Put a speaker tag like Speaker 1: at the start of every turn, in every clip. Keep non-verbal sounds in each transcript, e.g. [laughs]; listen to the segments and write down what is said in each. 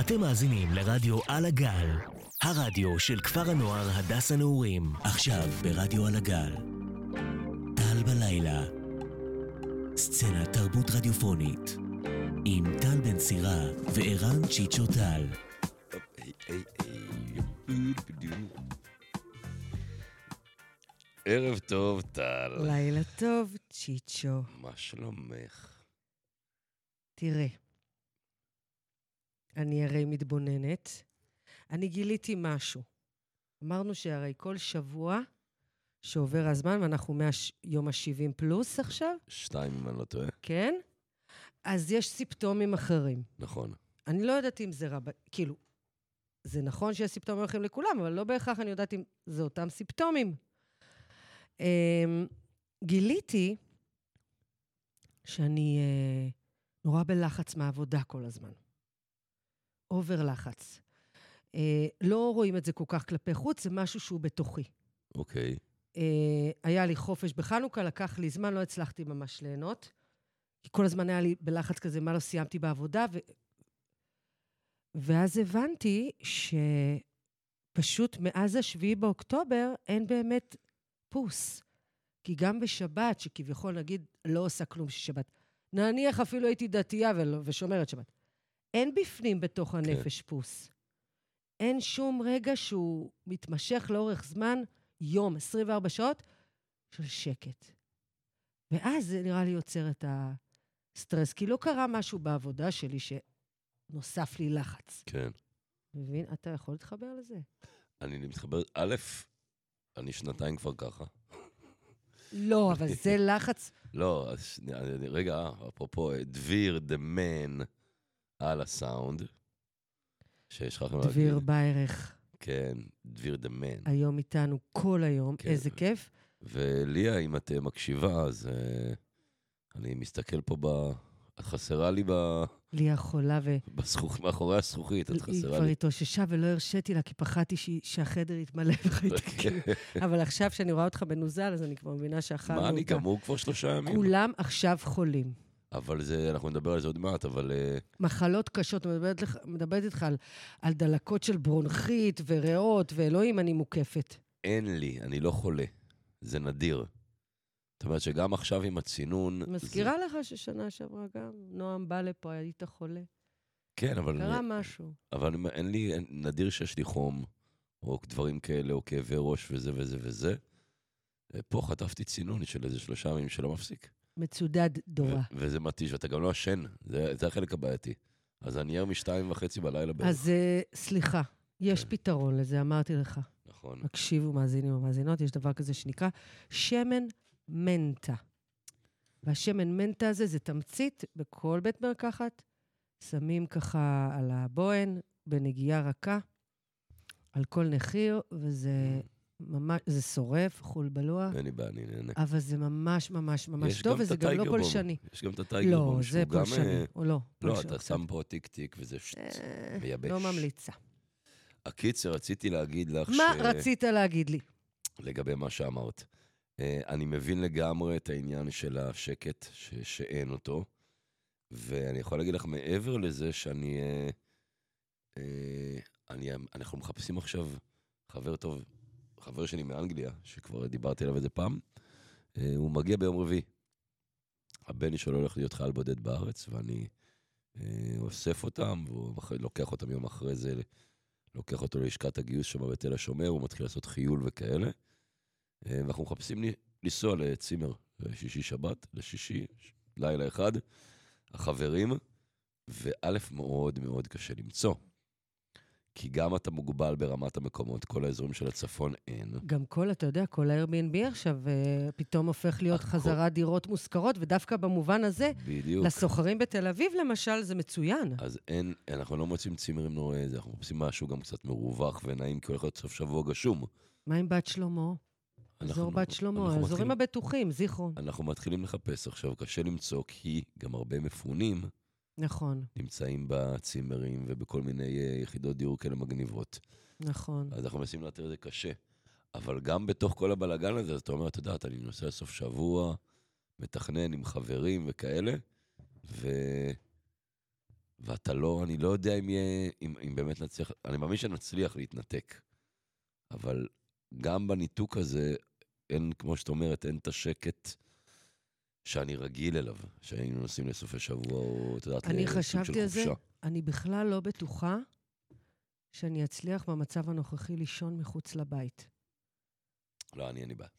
Speaker 1: אתם מאזינים לרדיו על הגל, הרדיו של כפר הנוער הדס הנעורים. עכשיו ברדיו על הגל. טל בלילה. סצנה תרבות רדיופונית. עם טל בן סירה וערן צ'יצ'ו טל.
Speaker 2: ערב טוב, טל.
Speaker 3: לילה טוב, צ'יצ'ו.
Speaker 2: מה שלומך?
Speaker 3: תראה, אני הרי מתבוננת. אני גיליתי משהו. אמרנו שהרי כל שבוע שעובר הזמן, ואנחנו מהיום ה-70 פלוס עכשיו,
Speaker 2: שתיים, אם אני לא טועה.
Speaker 3: כן? אז יש סימפטומים אחרים.
Speaker 2: נכון.
Speaker 3: אני לא יודעת אם זה רב... כאילו, זה נכון שיש סימפטומים אחרים לכולם, אבל לא בהכרח אני יודעת אם זה אותם סימפטומים. אמ, גיליתי שאני אה, נורא בלחץ מהעבודה כל הזמן. אובר לחץ. אה, לא רואים את זה כל כך כלפי חוץ, זה משהו שהוא בתוכי.
Speaker 2: אוקיי.
Speaker 3: אה, היה לי חופש בחנוכה, לקח לי זמן, לא הצלחתי ממש ליהנות. כי כל הזמן היה לי בלחץ כזה, מה לא סיימתי בעבודה, ו... ואז הבנתי שפשוט מאז השביעי באוקטובר אין באמת פוס. כי גם בשבת, שכביכול נגיד לא עושה כלום שבת, נניח אפילו הייתי דתייה ולא, ושומרת שבת, אין בפנים בתוך הנפש כן. פוס. אין שום רגע שהוא מתמשך לאורך זמן, יום, 24 שעות, של שקט. ואז זה נראה לי יוצר את הסטרס, כי לא קרה משהו בעבודה שלי שנוסף לי לחץ.
Speaker 2: כן.
Speaker 3: מבין? אתה יכול להתחבר לזה?
Speaker 2: אני מתחבר, א', אני שנתיים כבר ככה.
Speaker 3: לא, אבל
Speaker 2: [laughs]
Speaker 3: זה לחץ.
Speaker 2: לא, אז שנייה, אני- אני- רגע, אפרופו, אה, דביר, דה מן, על הסאונד, שיש לך לכם להגיד.
Speaker 3: דביר ביירך
Speaker 2: כן, דביר דה מן.
Speaker 3: היום איתנו כל היום,
Speaker 2: כן.
Speaker 3: איזה כיף.
Speaker 2: וליה, אם את אה, מקשיבה, אז אה, אני מסתכל פה ב... את חסרה לי ב...
Speaker 3: ליה חולה, והיא
Speaker 2: בזכוכית, מאחורי הזכוכית, את חסרה
Speaker 3: כבר
Speaker 2: לי.
Speaker 3: התאוששה ולא הרשיתי לה, כי פחדתי שהיא- שהחדר יתמלא [laughs]
Speaker 2: [laughs]
Speaker 3: וחייתי. אבל עכשיו שאני רואה אותך בנוזל, אז אני כבר מבינה שאכלנו אותה.
Speaker 2: כן. מה, אני גמור כבר שלושה ימים?
Speaker 3: כולם עכשיו חולים.
Speaker 2: אבל זה, אנחנו נדבר על זה עוד מעט, אבל... אה,
Speaker 3: מחלות קשות, מדברת, לך, מדברת איתך על, על דלקות של ברונכית וריאות, ואלוהים, אני מוקפת.
Speaker 2: אין לי, אני לא חולה. זה נדיר. זאת אומרת שגם עכשיו עם הצינון...
Speaker 3: אני
Speaker 2: זה...
Speaker 3: מזכירה לך ששנה שעברה גם, נועם בא לפה, היית חולה.
Speaker 2: כן, אבל...
Speaker 3: קרה משהו.
Speaker 2: אבל אני אומר, אין לי, אין, נדיר שיש לי חום, או דברים כאלה, או כאבי ראש וזה וזה וזה. אה, פה חטפתי צינון של איזה שלושה ימים שלא מפסיק.
Speaker 3: מצודד דורה.
Speaker 2: ו- וזה מתיש, ואתה גם לא ישן, זה, זה החלק הבעייתי. אז אני ער משתיים וחצי בלילה בערך.
Speaker 3: אז אה, סליחה, יש
Speaker 2: כן.
Speaker 3: פתרון לזה, אמרתי לך.
Speaker 2: נכון.
Speaker 3: הקשיבו, מאזינים ומאזינות, יש דבר כזה שנקרא שמן מנטה. והשמן מנטה הזה זה תמצית בכל בית מרקחת. שמים ככה על הבוהן, בנגיעה רכה, על כל נחיר, וזה
Speaker 2: Mm.
Speaker 3: ממש, זה שורף, חול בלוע,
Speaker 2: אין לי בעיה, אני נהנה.
Speaker 3: אבל זה ממש ממש ממש
Speaker 2: יש
Speaker 3: טוב,
Speaker 2: גם את
Speaker 3: וזה גם לא
Speaker 2: הטייגר בום.
Speaker 3: פולשני.
Speaker 2: יש גם את הטייגר
Speaker 3: לא,
Speaker 2: בום, שהוא
Speaker 3: זה
Speaker 2: גם,
Speaker 3: פולשני,
Speaker 2: אה,
Speaker 3: או לא.
Speaker 2: לא,
Speaker 3: פולשני
Speaker 2: אתה
Speaker 3: קצת.
Speaker 2: שם פה טיק טיק וזה שט,
Speaker 3: אה,
Speaker 2: מייבש.
Speaker 3: לא ממליצה.
Speaker 2: הקיצר, רציתי להגיד לך ש...
Speaker 3: מה רצית להגיד לי?
Speaker 2: לגבי מה שאמרת. אה, אני מבין לגמרי את העניין של השקט, ש... שאין אותו, ואני יכול להגיד לך מעבר לזה שאני... אה, אה, אני... אנחנו מחפשים עכשיו חבר טוב, חבר שלי מאנגליה, שכבר דיברתי עליו איזה פעם, אה, הוא מגיע ביום רביעי. הבן שלו הולך להיות חייל בודד בארץ, ואני אה, אוסף אותם, והוא אחרי- לוקח אותם יום אחרי זה, לוקח אותו ללשכת הגיוס שם בתל השומר, הוא מתחיל לעשות חיול וכאלה. אה, ואנחנו מחפשים לי- לנסוע לצימר לשישי שבת, לשישי, ש- לילה אחד, החברים, וא', מאוד מאוד קשה למצוא. כי גם אתה מוגבל ברמת המקומות, כל האזורים של הצפון אין.
Speaker 3: גם כל, אתה יודע, כל ה-Airbnb עכשיו אה, פתאום הופך להיות
Speaker 2: הכל.
Speaker 3: חזרה דירות מושכרות, ודווקא במובן הזה,
Speaker 2: בדיוק.
Speaker 3: לסוחרים בתל אביב, למשל, זה מצוין.
Speaker 2: אז אין, אנחנו לא מוצאים צימרים נורא איזה, אנחנו מחפשים משהו גם קצת מרווח ונעים, כי הולך להיות סוף שבוע גשום.
Speaker 3: מה עם בת שלמה?
Speaker 2: אנחנו- לא
Speaker 3: אזור בת
Speaker 2: אנחנו
Speaker 3: שלמה, האזורים
Speaker 2: מתחילים-
Speaker 3: הבטוחים, זיכרון.
Speaker 2: אנחנו מתחילים לחפש עכשיו, קשה למצוא, כי גם הרבה מפונים
Speaker 3: נכון,
Speaker 2: נמצאים בצימרים ובכל מיני אה, יחידות דיור כאלה מגניבות.
Speaker 3: נכון.
Speaker 2: אז אנחנו מנסים לאתר את זה קשה. אבל גם בתוך כל הבלגן הזה, אז אתה אומר, את יודעת, אני נוסע סוף שבוע, מתכנן עם חברים וכאלה, ו... ואתה לא, אני לא יודע אם יהיה, אם, אם באמת נצליח, אני מאמין שנצליח להתנתק. אבל גם בניתוק הזה, אין, כמו שאת אומרת, אין את השקט שאני רגיל אליו, שהיינו נוסעים לסופי שבוע, או את יודעת,
Speaker 3: אני
Speaker 2: לסוג של
Speaker 3: חשבתי על זה.
Speaker 2: חופשה.
Speaker 3: אני בכלל לא בטוחה שאני אצליח במצב הנוכחי לישון מחוץ לבית.
Speaker 2: לא, אני, אין לי בעיה.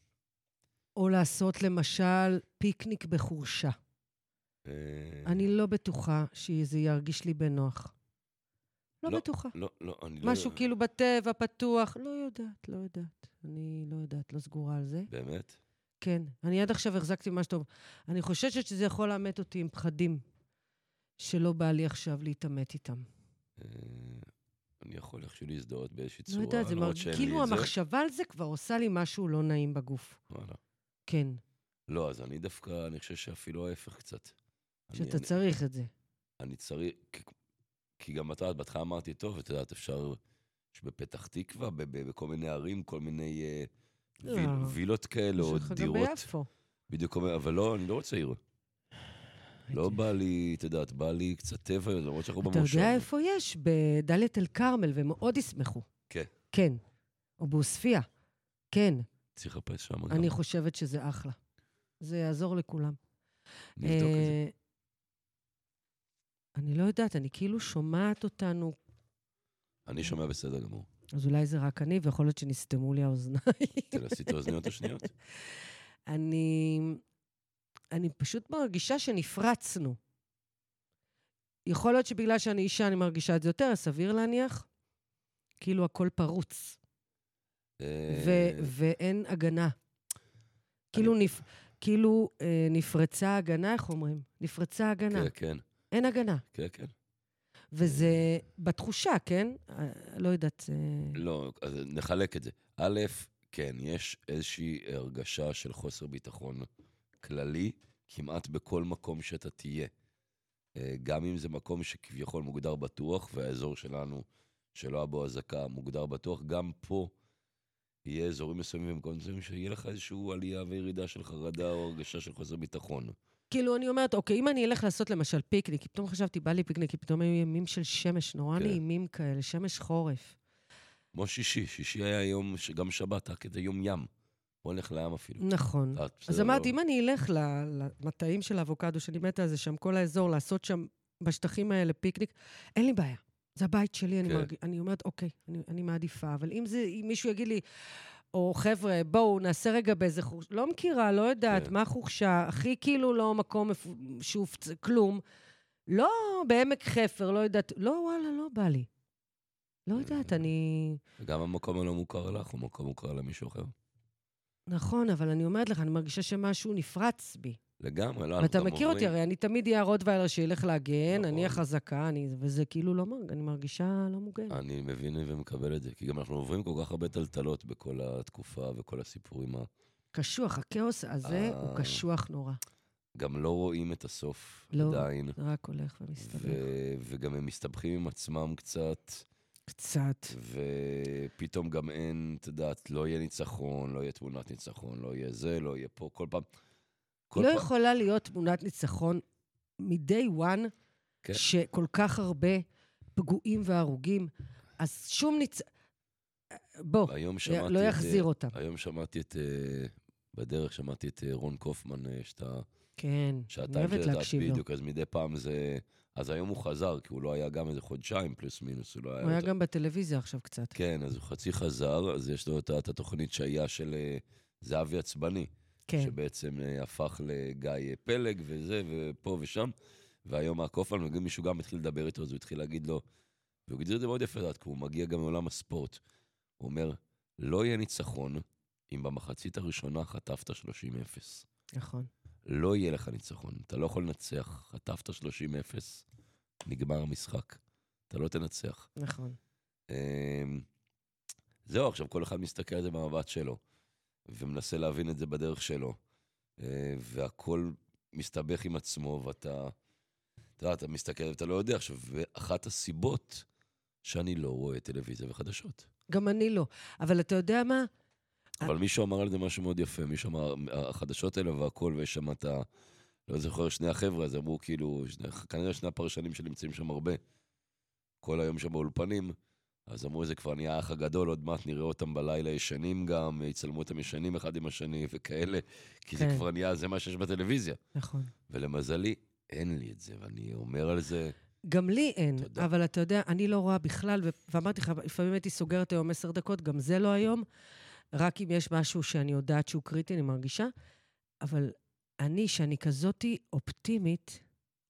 Speaker 3: או לעשות למשל פיקניק בחורשה.
Speaker 2: אה,
Speaker 3: אני לא בטוחה שזה ירגיש לי בנוח. לא,
Speaker 2: לא,
Speaker 3: בטוחה.
Speaker 2: לא, לא, אני לא...
Speaker 3: משהו כאילו בטבע, פתוח, לא יודעת, לא יודעת. אני לא יודעת, לא סגורה על זה.
Speaker 2: באמת?
Speaker 3: כן, אני עד עכשיו החזקתי ממש טוב. אני חוששת שזה יכול לאמת אותי עם פחדים שלא בא לי עכשיו להתעמת איתם. לא
Speaker 2: אה, אני יכול איכשהו להזדהות באיזושהי
Speaker 3: לא
Speaker 2: צורה,
Speaker 3: יודעת, זה מר...
Speaker 2: למרות שאין לי
Speaker 3: כאילו
Speaker 2: את זה.
Speaker 3: המחשבה על זה כבר עושה לי משהו לא נעים בגוף.
Speaker 2: וואלה.
Speaker 3: כן,
Speaker 2: לא, אז אני דווקא, אני חושב שאפילו ההפך קצת. אני-
Speaker 3: שאתה
Speaker 2: אני-
Speaker 3: צריך את זה.
Speaker 2: אני צריך... כי- כי גם אתה, את בהתחלה אמרתי, טוב, את יודעת, אפשר... יש בפתח תקווה, ב- ב- בכל מיני ערים, כל מיני אה,
Speaker 3: לא.
Speaker 2: ויל- וילות כאלה,
Speaker 3: יש
Speaker 2: או
Speaker 3: לך גם
Speaker 2: לא דירות.
Speaker 3: ביפו.
Speaker 2: בדיוק, אומר, אבל לא, אני לא רוצה עיר. לא בא לי, את יודעת, בא לי קצת טבע, למרות שאנחנו
Speaker 3: אוקיי. אתה
Speaker 2: במושב.
Speaker 3: יודע איפה יש? בדאלית אל-כרמל, והם מאוד ישמחו.
Speaker 2: כן.
Speaker 3: כן. או בעוספיא. כן,
Speaker 2: צריך לחפש שם גם.
Speaker 3: אני חושבת שזה אחלה. זה יעזור לכולם.
Speaker 2: נבדוק את זה.
Speaker 3: אה, אני לא יודעת, אני כאילו שומעת אותנו,
Speaker 2: אני שומע בסדר גמור.
Speaker 3: אז אולי זה רק אני, ויכול להיות שנסתמו לי האוזניים. [laughs]
Speaker 2: תנסי את האוזניות השניות.
Speaker 3: אני, אני פשוט מרגישה שנפרצנו. יכול להיות שבגלל שאני אישה אני מרגישה את זה יותר, אז סביר להניח. כאילו הכל פרוץ,
Speaker 2: אה,
Speaker 3: ו- ואין הגנה. כאילו, נפ- כאילו אה, נפרצה הגנה, איך אומרים? נפרצה
Speaker 2: כן,
Speaker 3: הגנה.
Speaker 2: כן,
Speaker 3: אין הגנה.
Speaker 2: כן, כן.
Speaker 3: וזה בתחושה, כן? אה, לא יודעת. אה,
Speaker 2: לא, אז נחלק את זה. א', כן, יש איזושהי הרגשה של חוסר ביטחון כללי כמעט בכל מקום שאתה תהיה. אה, גם אם זה מקום שכביכול מוגדר בטוח, והאזור שלנו, שלא היה בו אזעקה, מוגדר בטוח, גם פה יהיה אזורים מסוימים ומקומות מסוימים שיהיה לך איזושהי עלייה וירידה של חרדה או הרגשה של חוסר ביטחון.
Speaker 3: כאילו, אני אומרת, אוקיי, אם אני אלך לעשות למשל פיקניק, כי פתאום חשבתי, בא לי פיקניק, כי פתאום היו ימים של שמש נורא
Speaker 2: כן.
Speaker 3: נעימים כאלה, שמש חורף.
Speaker 2: כמו שישי, שישי היה יום, ש- גם שבת, היה כזה יום ים. בוא נלך לים אפילו.
Speaker 3: נכון.
Speaker 2: אתה
Speaker 3: אז
Speaker 2: בסדר,
Speaker 3: אמרתי,
Speaker 2: לא-
Speaker 3: אם אני אלך ל- למטעים של האבוקדו, שאני מתה על זה שם, כל האזור, לעשות שם, בשטחים האלה, פיקניק, אין לי בעיה. זה הבית שלי, אני,
Speaker 2: כן.
Speaker 3: מרג... אני אומרת, אוקיי, אני, אני מעדיפה. אבל אם, זה, אם מישהו יגיד לי, או חבר'ה, בואו, נעשה רגע באיזה חורשה, לא מכירה, לא יודעת,
Speaker 2: כן.
Speaker 3: מה חורשה, הכי כאילו לא מקום מפ... שופץ, כלום. לא בעמק חפר, לא יודעת, לא, וואלה, לא בא לי. לא יודעת,
Speaker 2: אה.
Speaker 3: אני...
Speaker 2: גם המקום הלא מוכר לך הוא מקום מוכר למישהו אחר.
Speaker 3: נכון, אבל אני אומרת לך, אני מרגישה שמשהו נפרץ בי.
Speaker 2: לגמרי, לא,
Speaker 3: ואתה
Speaker 2: גם
Speaker 3: מכיר אותי,
Speaker 2: עוברים-
Speaker 3: הרי אני תמיד אהיה הרוטוויילר שילך להגן, אני אהיה
Speaker 2: נכון.
Speaker 3: חזקה, אני- וזה כאילו לא מרג... אני מרגישה לא מוגנת.
Speaker 2: אני מבין ומקבל את זה, כי גם אנחנו עוברים כל כך הרבה טלטלות בכל התקופה וכל הסיפורים. ה-
Speaker 3: קשוח, הכאוס הזה
Speaker 2: אה.
Speaker 3: הוא קשוח נורא.
Speaker 2: גם לא רואים את הסוף
Speaker 3: לא.
Speaker 2: עדיין,
Speaker 3: זה רק הולך ומסתבך.
Speaker 2: ו- וגם הם מסתבכים עם עצמם קצת,
Speaker 3: קצת.
Speaker 2: ופתאום גם אין, את יודעת, לא יהיה ניצחון, לא יהיה תמונת ניצחון, לא יהיה זה, לא יהיה פה, כל פעם... כל
Speaker 3: לא
Speaker 2: פעם-
Speaker 3: יכולה להיות תמונת ניצחון מ-day one,
Speaker 2: כן.
Speaker 3: שכל כך הרבה פגועים והרוגים, אז שום ניצ... בוא,
Speaker 2: היום שמעתי
Speaker 3: לא
Speaker 2: את, אה,
Speaker 3: יחזיר אותם.
Speaker 2: היום שמעתי את... אה, בדרך שמעתי את אה, רון קופמן, אה, שאתה...
Speaker 3: כן, אני
Speaker 2: שעתיים
Speaker 3: אוהבת
Speaker 2: זה
Speaker 3: להקשיב לו.
Speaker 2: בדיוק, אז מדי פעם זה... אז היום הוא חזר, כי הוא לא היה גם איזה חודשיים פלוס מינוס, הוא לא היה...
Speaker 3: הוא היה
Speaker 2: יותר-
Speaker 3: גם בטלוויזיה עכשיו קצת.
Speaker 2: כן, אז הוא חצי חזר, אז יש לו את ה- את התוכנית שהיה של אה, זהבי עצבני,
Speaker 3: כן.
Speaker 2: שבעצם אה, הפך לגיא אה, פלג וזה, ופה ושם, והיום הקופמן, וגם מישהו גם התחיל לדבר איתו, אז הוא התחיל להגיד לו, והוא הגדיר את זה מאוד יפה, את יודעת, כי הוא מגיע גם מעולם הספורט. הוא אומר, לא יהיה ניצחון אם במחצית הראשונה חטפת 30-0.
Speaker 3: נכון.
Speaker 2: לא יהיה לך ניצחון. אתה לא יכול לנצח. חטפת 30-0, נגמר המשחק. אתה לא תנצח.
Speaker 3: נכון.
Speaker 2: אמ, זהו, עכשיו כל אחד מסתכל על זה במבט שלו, ומנסה להבין את זה בדרך שלו. אה, והכל מסתבך עם עצמו, ואתה... אתה יודע, אתה מסתכל ואתה לא יודע. עכשיו, ואחת הסיבות שאני לא רואה טלוויזיה וחדשות.
Speaker 3: גם אני לא. אבל אתה יודע מה?
Speaker 2: אבל מישהו אמר על זה משהו מאוד יפה, מישהו אמר, החדשות האלה והכל, ויש שם את ה... לא זוכר, שני החבר'ה, אז אמרו כאילו, שני, כנראה שני הפרשנים שנמצאים שם הרבה, כל היום שם באולפנים, אז אמרו, זה כבר נהיה האח הגדול, עוד מעט נראה אותם בלילה ישנים גם, יצלמו אותם ישנים אחד עם השני וכאלה, כי זה
Speaker 3: כן.
Speaker 2: כבר נהיה, זה מה שיש בטלוויזיה.
Speaker 3: נכון.
Speaker 2: ולמזלי, אין לי את זה, ואני אומר על זה,
Speaker 3: גם לי אין,
Speaker 2: תודה.
Speaker 3: תודה. אבל אתה יודע, אני לא רואה בכלל, ו- ואמרתי לך, לפעמים הייתי סוגרת היום עשר דקות, גם זה לא היום, רק אם יש משהו שאני יודעת שהוא קריטי, אני מרגישה. אבל אני, שאני כזאתי אופטימית,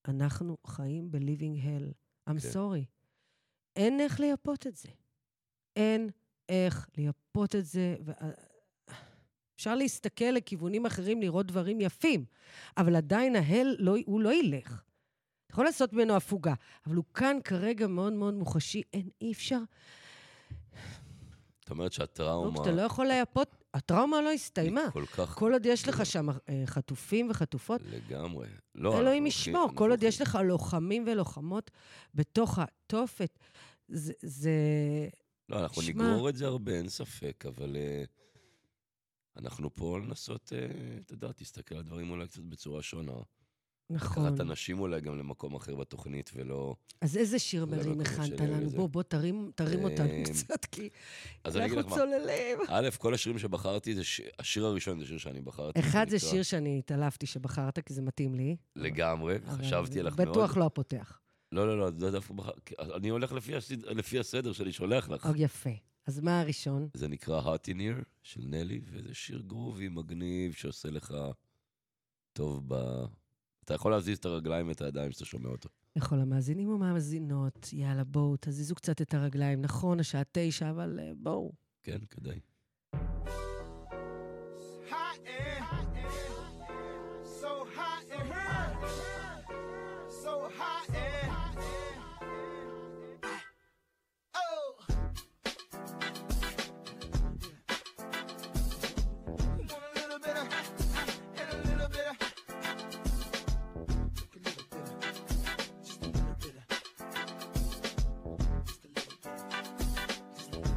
Speaker 3: אנחנו חיים ב-living hell. I'm
Speaker 2: כן.
Speaker 3: sorry. אין איך לייפות את זה. אין איך לייפות את זה. ו... אה, אפשר להסתכל לכיוונים אחרים, לראות דברים יפים, אבל עדיין ההל, לא, הוא לא ילך. אתה יכול לעשות ממנו הפוגה, אבל הוא כאן כרגע מאוד מאוד מוחשי, אין, אי אפשר.
Speaker 2: את אומרת שהטראומה...
Speaker 3: אתה לא יכול לייפות, הטראומה לא
Speaker 2: היא
Speaker 3: הסתיימה.
Speaker 2: כל כך...
Speaker 3: כל עוד יש לך שם אה, חטופים וחטופות,
Speaker 2: לגמרי. לא, אנחנו
Speaker 3: אלוהים
Speaker 2: הולכים-
Speaker 3: ישמור,
Speaker 2: אנחנו
Speaker 3: כל עוד
Speaker 2: הולכים-
Speaker 3: יש לך לוחמים ולוחמות בתוך התופת, זה... זה-
Speaker 2: לא, אנחנו
Speaker 3: שמע-
Speaker 2: נגרור את זה הרבה, אין ספק, אבל אה, אנחנו פה לנסות, אה, אתה יודע, תסתכל על דברים אולי קצת בצורה שונה.
Speaker 3: נכון.
Speaker 2: לקחת אנשים אולי גם למקום אחר בתוכנית, ולא...
Speaker 3: אז איזה שיר
Speaker 2: אולי
Speaker 3: מרים
Speaker 2: בכובע
Speaker 3: הכנת
Speaker 2: שלי
Speaker 3: לנו?
Speaker 2: וזה.
Speaker 3: בוא, בוא, תרים תרים
Speaker 2: אה,
Speaker 3: אותנו קצת, כי
Speaker 2: אז אני אגיד לך
Speaker 3: אנחנו
Speaker 2: מה,
Speaker 3: צוללים.
Speaker 2: א', כל השירים שבחרתי, זה ש- השיר הראשון זה שיר שאני בחרתי.
Speaker 3: אחד זה
Speaker 2: שנקרא-
Speaker 3: שיר שאני התעלפתי שבחרת, כי זה מתאים לי.
Speaker 2: לגמרי,
Speaker 3: אבל
Speaker 2: חשבתי עליך מאוד.
Speaker 3: בטוח לא הפותח.
Speaker 2: לא, לא, לא, זה דווקא בחר... אני הולך לפי הסד- לפי הסדר שאני שולח לך.
Speaker 3: או, יפה. אז מה הראשון?
Speaker 2: זה נקרא Hot in Here של נלי, וזה שיר גרובי מגניב שעושה לך טוב ב... אתה יכול להזיז את הרגליים ואת הידיים כשאתה שומע אותו.
Speaker 3: לכל נכון, המאזינים ומאזינות, יאללה, בואו, תזיזו קצת את הרגליים. נכון, השעה תשע, אבל אה, בואו.
Speaker 2: כן, כדאי.
Speaker 4: hot and so hot and so hot and oh Want a little bit of and a little bit of a little bit of just a little bit of just a little bit of just a little bit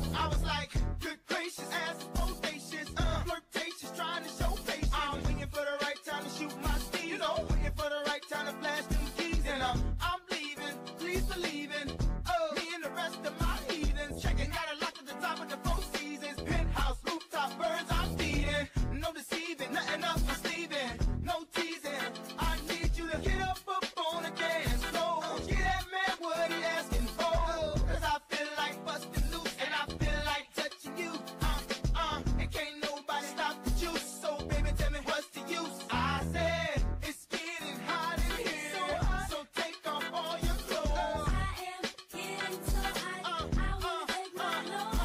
Speaker 4: of I was like, good gracious, ass bodacious, uh, flirtatious, trying to show patience. I'm waiting for the right time to shoot my steed. You know, waiting for the right time to flash them keys. And uh, I'm leaving, please believe in, uh, me and the rest of my heathens. Checking out a lock at the top of the four seasons. Penthouse, rooftop, birds, I'm feeding. No deceiving, nothing up my sleeving, no teasing. I need you to get up, up on the dance floor. Get that man what he asking for. Cause I feel like busting loose and I feel like touching you. Uh, uh, and can't nobody stop the juice. So baby, tell me what's the use? I said, it's getting hot in here. So take off all your clothes. Uh, oh, Uh, uh, Oh,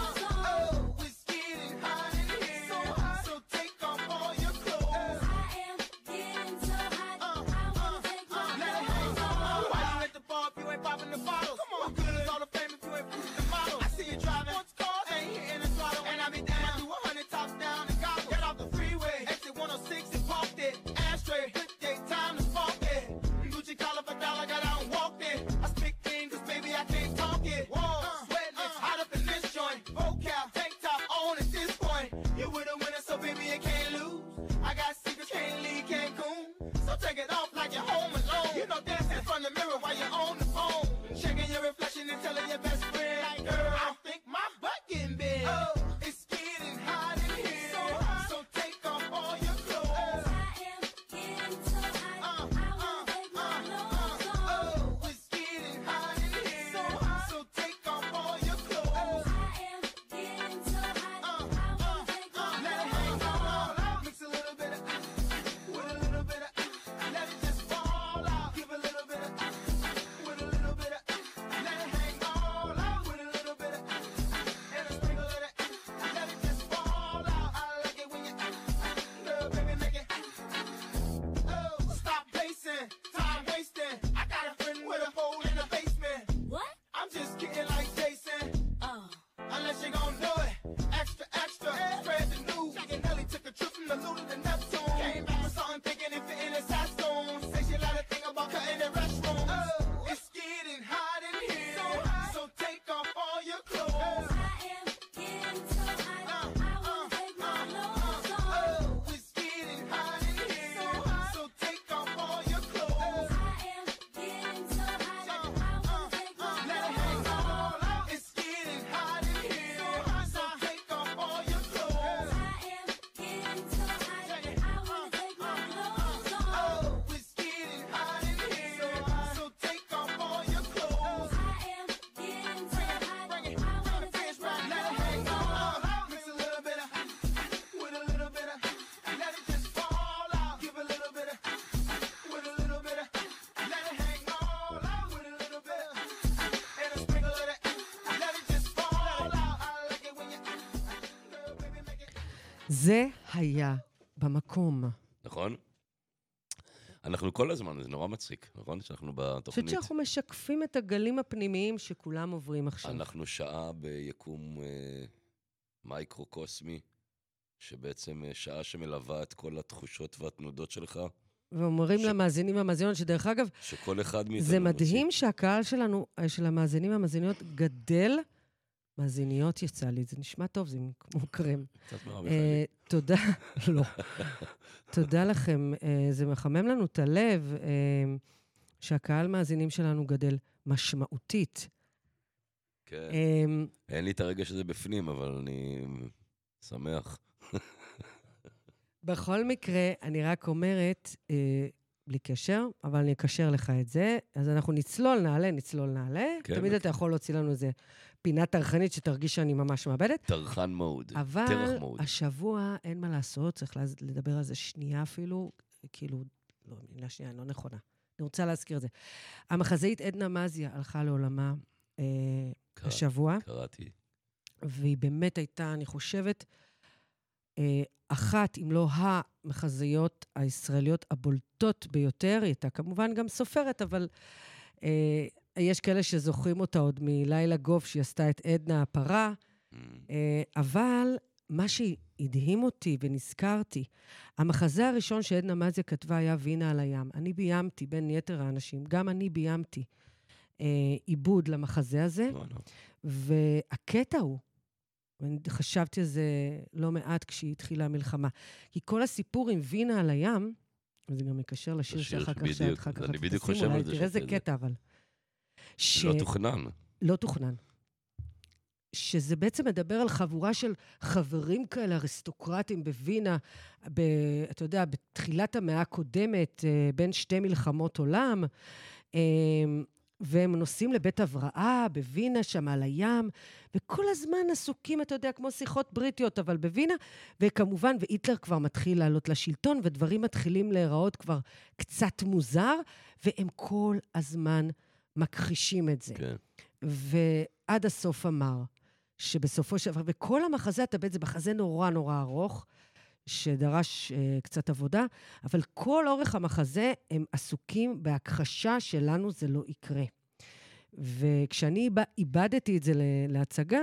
Speaker 4: Uh, oh, Uh, uh,
Speaker 3: זה היה במקום.
Speaker 2: נכון? אנחנו כל הזמן, זה נורא מצחיק, נכון? שאנחנו
Speaker 3: אני חושבת
Speaker 2: בתוכנית,
Speaker 3: שאנחנו משקפים את הגלים הפנימיים שכולם עוברים עכשיו.
Speaker 2: אנחנו שעה ביקום אה, מייקרו-קוסמי, שבעצם אה, שעה שמלווה את כל התחושות והתנודות שלך,
Speaker 3: ואומרים
Speaker 2: ש-
Speaker 3: למאזינים והמאזינות, שדרך אגב,
Speaker 2: שכל אחד מאיתנו...
Speaker 3: זה
Speaker 2: מוציא-
Speaker 3: מדהים שהקהל שלנו, אה, של המאזינים והמאזינות, גדל. מאזיניות יצא לי, זה נשמע טוב, זה כמו קרם.
Speaker 2: קצת מרב
Speaker 3: אה,
Speaker 2: מיכאלי.
Speaker 3: תודה, [laughs] לא. תודה לכם, אה, זה מחמם לנו את הלב אה, שהקהל מאזינים שלנו גדל משמעותית.
Speaker 2: כן.
Speaker 3: אה,
Speaker 2: אין לי את הרגע שזה בפנים, אבל אני שמח.
Speaker 3: בכל מקרה, אני רק אומרת, אה, בלי קשר, אבל אני אקשר לך את זה, אז אנחנו נצלול, נעלה, נצלול, נעלה.
Speaker 2: כן,
Speaker 3: תמיד
Speaker 2: בטח.
Speaker 3: אתה יכול להוציא לנו איזה פינה טרחנית שתרגיש שאני ממש מאבדת.
Speaker 2: טרחן מאוד,
Speaker 3: אבל
Speaker 2: טרח מאוד.
Speaker 3: השבוע אין מה לעשות, צריך לז- לדבר על זה שנייה אפילו, כאילו, לא, מילה שנייה לא נכונה. אני רוצה להזכיר את זה. המחזאית עדנה מזיה הלכה לעולמה אה,
Speaker 2: קרא-
Speaker 3: השבוע,
Speaker 2: קראתי.
Speaker 3: והיא באמת הייתה, אני חושבת, אה, אחת, אם לא המחזאיות הישראליות הבולטות ביותר. היא הייתה כמובן גם סופרת, אבל אה, יש כאלה שזוכרים אותה עוד מלילה גוף, שהיא עשתה את עדנה הפרה.
Speaker 2: אמ,
Speaker 3: אה, אבל מה שהדהים אותי ונזכרתי, המחזה הראשון שעדנה מזיה כתבה היה וינה על הים. אני ביימתי, בין יתר האנשים, גם אני ביימתי אה, עיבוד למחזה הזה,
Speaker 2: וואלה.
Speaker 3: והקטע הוא, ואני חשבתי על זה לא מעט כשהתחילה המלחמה, כי כל הסיפור עם וינה על הים, וזה גם מקשר לשיר
Speaker 2: לשיר
Speaker 3: שאחר כך,
Speaker 2: שבדיוק,
Speaker 3: שאת אחר כך
Speaker 2: אני
Speaker 3: רק
Speaker 2: בדיוק
Speaker 3: תשים,
Speaker 2: חושב
Speaker 3: אולי
Speaker 2: על זה
Speaker 3: תראה איזה
Speaker 2: שזה-
Speaker 3: קטע, אבל. ש-
Speaker 2: לא תוכנן.
Speaker 3: לא תוכנן. שזה בעצם מדבר על חבורה של חברים כאלה, אריסטוקרטים בווינה, ב, אתה יודע, בתחילת המאה הקודמת, אה, בין שתי מלחמות עולם, אה, והם נוסעים לבית הבראה בווינה, שם על הים, וכל הזמן עסוקים, אתה יודע, כמו שיחות בריטיות, אבל בווינה, וכמובן, והיטלר כבר מתחיל לעלות לשלטון, ודברים מתחילים להיראות כבר קצת מוזר, והם כל הזמן מכחישים את זה.
Speaker 2: כן.
Speaker 3: ועד הסוף אמר, שבסופו של דבר, וכל המחזה, אתה בעצם, מחזה נורא נורא ארוך, שדרש אה, קצת עבודה, אבל כל אורך המחזה הם עסוקים בהכחשה שלנו זה לא יקרה. וכשאני איב- איבדתי את זה ל- להצגה,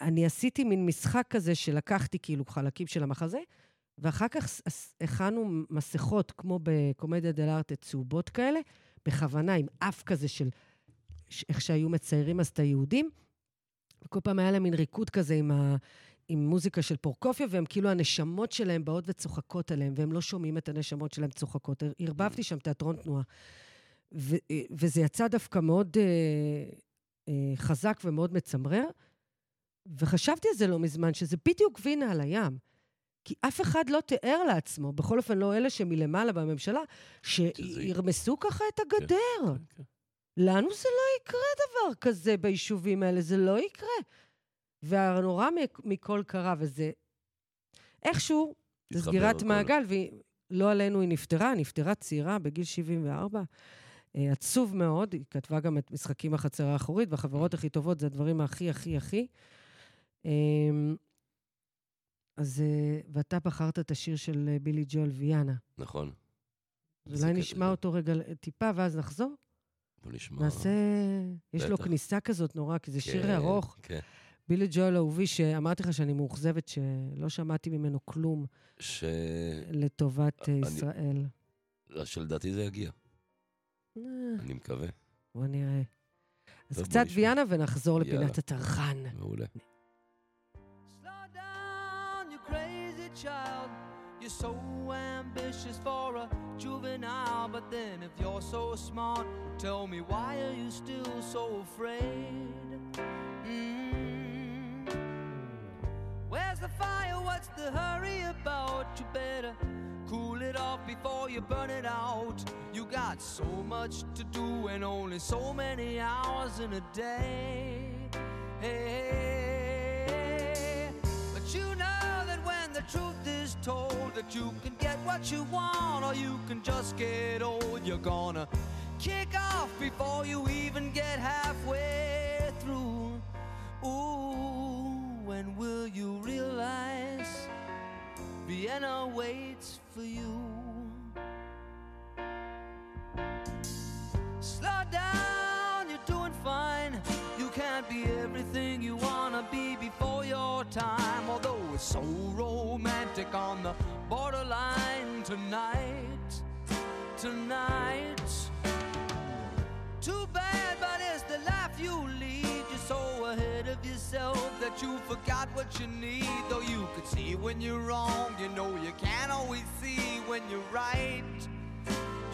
Speaker 3: אני עשיתי מין משחק כזה שלקחתי כאילו חלקים של המחזה, ואחר כך ס- ס- הכנו מסכות, כמו בקומדיה דל ארטה, צהובות כאלה, בכוונה, עם אף כזה של ש- איך שהיו מציירים אז את היהודים. כל פעם היה להם מין ריקוד כזה עם, ה... עם מוזיקה של פורקופיה, והם כאילו, הנשמות שלהם באות וצוחקות עליהם, והם לא שומעים את הנשמות שלהם צוחקות. הר- ערבבתי שם תיאטרון תנועה. ו... אה, וזה יצא דווקא מאוד אה... אה, חזק ומאוד מצמרר, וחשבתי על זה לא מזמן, שזה בדיוק וינה על הים. כי אף אחד לא תיאר לעצמו, בכל אופן לא אלה שמלמעלה בממשלה, שירמסו ככה את הגדר.
Speaker 2: כן, כן.
Speaker 3: לנו זה לא יקרה דבר כזה ביישובים האלה, זה לא יקרה. והנורא מ- מכל קרה, וזה איכשהו, זה
Speaker 2: התחבר
Speaker 3: סגירת
Speaker 2: הכל.
Speaker 3: מעגל, והיא, לא עלינו היא נפטרה, נפטרה צעירה בגיל 74. אה, עצוב מאוד, היא כתבה גם את משחקים בחצר האחורית, והחברות הכי טובות זה הדברים הכי הכי הכי. אה, אז, אה, ואתה בחרת את השיר של אה, בילי ג'ול ויאנה.
Speaker 2: נכון.
Speaker 3: אז
Speaker 2: איזה קטע
Speaker 3: אולי לא נשמע
Speaker 2: זה.
Speaker 3: אותו רגע אה, טיפה, ואז נחזור?
Speaker 2: בוא נשמע.
Speaker 3: נעשה... יש לו
Speaker 2: בטח.
Speaker 3: כניסה כזאת נורא, כי זה
Speaker 2: כן,
Speaker 3: שיר ארוך.
Speaker 2: כן.
Speaker 3: בילי ג'ואל אהובי, שאמרתי לך שאני מאוכזבת שלא שמעתי ממנו כלום
Speaker 2: ש...
Speaker 3: לטובת אה,
Speaker 2: אני-
Speaker 3: ישראל.
Speaker 2: שלדעתי זה יגיע,
Speaker 3: אה,
Speaker 2: אני מקווה.
Speaker 3: בוא נראה. אז
Speaker 2: טוב, בוא
Speaker 3: קצת
Speaker 2: נשמע.
Speaker 3: ויאנה ונחזור
Speaker 2: יאללה.
Speaker 3: לפינת הטרחן. [laughs]
Speaker 2: מעולה.
Speaker 5: Slow down, you crazy child. You're so ambitious for a juvenile, but then if you're so smart, tell me why are you still so afraid? Mm. Where's the fire? What's the hurry about? You better cool it off before you burn it out. You got so much to do and only so many hours in a day. Hey, but you know that when the truth is told, that you can get what you want or you can just get old. You're gonna kick off before you even get halfway through. Ooh, when will you realize
Speaker 6: was so romantic on the borderline tonight. Tonight. Too bad, but it's the life you lead. You're so ahead of yourself that you forgot what you need. Though you could see when you're wrong, you know you can't always see when you're right.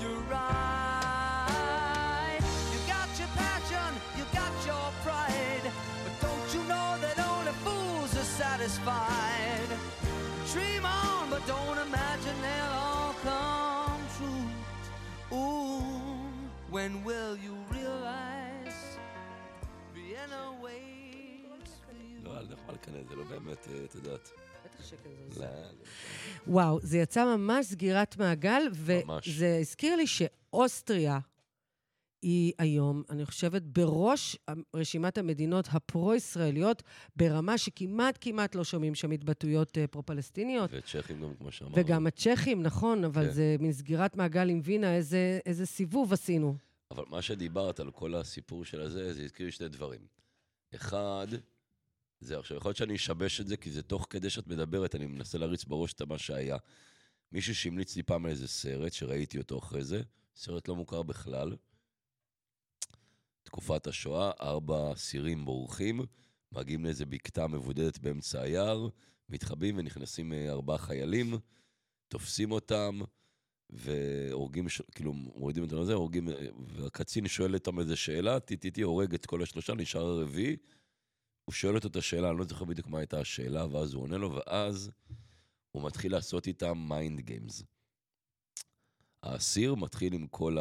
Speaker 6: You're right. You got your passion, you got your pride. But don't you know that only fools are satisfied? Dream on, but don't imagine they'll all come true. Ooh, when will you realize Vienna waits for you?
Speaker 2: לא, אני יכול לקנא, זה לא באמת, אה, את יודעת.
Speaker 3: בטח שכן, זה
Speaker 2: לא,
Speaker 3: עוזר.
Speaker 2: לא.
Speaker 3: וואו, זה יצא ממש סגירת מעגל,
Speaker 2: ממש.
Speaker 3: וזה הזכיר לי שאוסטריה היא היום, אני חושבת, בראש רשימת המדינות הפרו-ישראליות, ברמה שכמעט כמעט לא שומעים שם התבטאויות אה, פרו-פלסטיניות.
Speaker 2: וצ'כים גם, כמו שאמרנו.
Speaker 3: וגם הצ'כים, נכון, אבל
Speaker 2: כן.
Speaker 3: זה מין סגירת מעגל עם וינה, איזה, איזה סיבוב עשינו.
Speaker 2: אבל מה שדיברת על כל הסיפור של הזה, זה הזכיר לי שני דברים. אחד, זה עכשיו, יכול להיות שאני אשבש את זה, כי זה תוך כדי שאת מדברת, אני מנסה להריץ בראש את מה שהיה. מישהו שהמליץ לי פעם על איזה סרט, שראיתי אותו אחרי זה, סרט לא מוכר בכלל. תקופת השואה, ארבע אסירים בורחים, מגיעים לאיזה בקתה מבודדת באמצע היער, מתחבאים ונכנסים אה, ארבעה חיילים, תופסים אותם, והורגים, ש- כאילו, מורידים אותם לזה, הורגים, אה, והקצין שואל אותם איזה שאלה, טיטיטי הורג את כל השלושה, נשאר הרביעי. הוא שואל אותו את השאלה, אני לא זוכר בדיוק מה הייתה השאלה, ואז הוא עונה לו, ואז הוא מתחיל לעשות איתם מיינד גיימס. האסיר מתחיל עם כל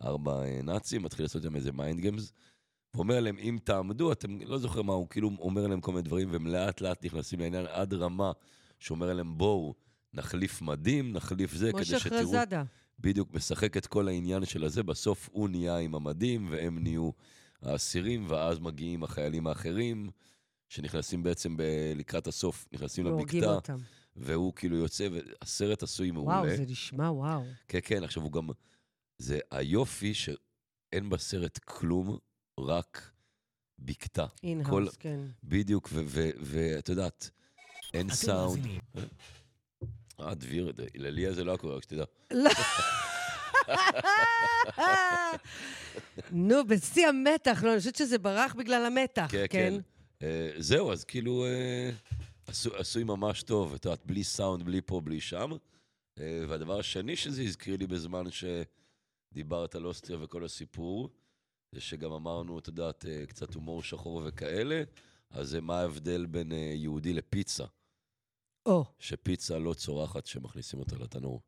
Speaker 2: הארבע אה, נאצים, מתחיל לעשות איתם איזה מיינד גיימס, ואומר להם, אם תעמדו, אתם, לא זוכר מה, הוא כאילו אומר להם כל מיני דברים, והם לאט לאט נכנסים לעניין עד רמה, שהוא אומר להם, בואו, נחליף מדים, נחליף זה, כן, כדי
Speaker 3: משה
Speaker 2: שתראו...
Speaker 3: חרזדה.
Speaker 2: בדיוק משחק את כל העניין של הזה, בסוף הוא נהיה עם המדים והם נהיו האסירים, ואז מגיעים החיילים האחרים, שנכנסים בעצם ב- לקראת הסוף, נכנסים
Speaker 3: והורגים
Speaker 2: לבקתה,
Speaker 3: אותם.
Speaker 2: והוא כאילו יוצא, והסרט עשוי מעולה.
Speaker 3: וואו, זה נשמע וואו.
Speaker 2: כן, כן, עכשיו הוא גם... זה היופי שאין בסרט כלום, רק בקתה. כל- [laughs]
Speaker 3: אין-האוס, כן.
Speaker 2: בדיוק, ו- ו- ואת יודעת, אין
Speaker 1: אתם
Speaker 2: סאונד.
Speaker 1: מאזינים
Speaker 2: אה, דביר, לליה זה לא היה קורה, רק שתדע.
Speaker 3: לא. נו, בשיא המתח, לא, אני חושבת שזה ברח בגלל המתח,
Speaker 2: כן, כן. אה, זהו, אז כאילו, אה, עשו- עשוי ממש טוב, את יודעת, בלי סאונד, בלי פה, בלי שם. אה, והדבר השני שזה הזכיר לי בזמן שדיברת על אוסטריה וכל הסיפור, זה שגם אמרנו, את יודעת, אה, קצת הומור שחור וכאלה, אז אה, מה ההבדל בין אה, יהודי לפיצה?
Speaker 3: או,
Speaker 2: שפיצה לא צורחת כשמכניסים אותה לתנור.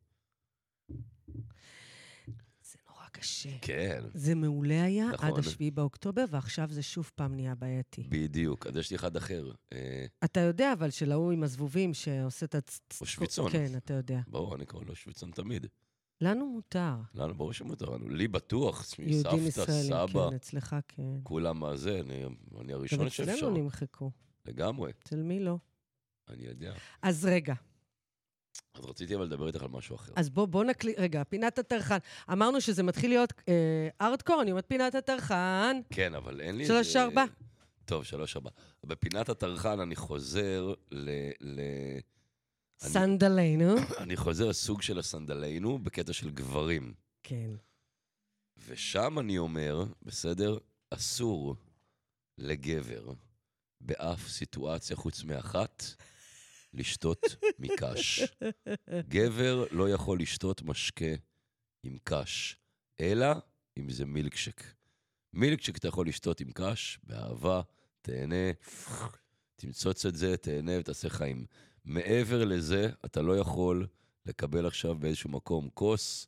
Speaker 3: זה נורא קשה.
Speaker 2: כן.
Speaker 3: זה מעולה היה
Speaker 2: נכון.
Speaker 3: עד השביעי באוקטובר, ועכשיו זה שוב פעם נהיה בעייתי.
Speaker 2: בדיוק. אז יש לי אחד אחר. אה,
Speaker 3: אתה יודע, אבל של ההוא עם הזבובים שעושה את הצ...
Speaker 2: או שוויצון.
Speaker 3: כן, אתה יודע.
Speaker 2: ברור, אני קורא לו שוויצון תמיד.
Speaker 3: לנו מותר.
Speaker 2: לנו, ברור שמותר לנו. לי בטוח,
Speaker 3: יהודים
Speaker 2: סבתא,
Speaker 3: ישראלים,
Speaker 2: סבא.
Speaker 3: כן, אצלך כן.
Speaker 2: כולם מה זה, אני, אני
Speaker 3: גם
Speaker 2: הראשון שאפשר.
Speaker 3: אצלנו נמחקו,
Speaker 2: לגמרי,
Speaker 3: אצל מי לא?
Speaker 2: אני יודע.
Speaker 3: אז רגע,
Speaker 2: אז רציתי אבל לדבר איתך על משהו אחר.
Speaker 3: אז בוא, בוא נקליט, רגע, פינת הטרחן. אמרנו שזה מתחיל להיות אה, ארדקור, אני אומרת פינת הטרחן.
Speaker 2: כן, אבל אין לי...
Speaker 3: שלוש
Speaker 2: איזה-
Speaker 3: ארבע.
Speaker 2: טוב, שלוש ארבע. בפינת הטרחן אני חוזר ל... ל... אני-
Speaker 3: סנדלנו. [coughs]
Speaker 2: אני חוזר סוג של הסנדלינו בקטע של גברים.
Speaker 3: כן.
Speaker 2: ושם אני אומר, בסדר, אסור לגבר באף סיטואציה חוץ מאחת לשתות מקש. גבר לא יכול לשתות משקה עם קש, אלא אם זה מילקשק. מילקשק אתה יכול לשתות עם קש, באהבה, תהנה, תמצוץ את זה, תהנה ותעשה חיים. מעבר לזה, אתה לא יכול לקבל עכשיו באיזשהו מקום כוס.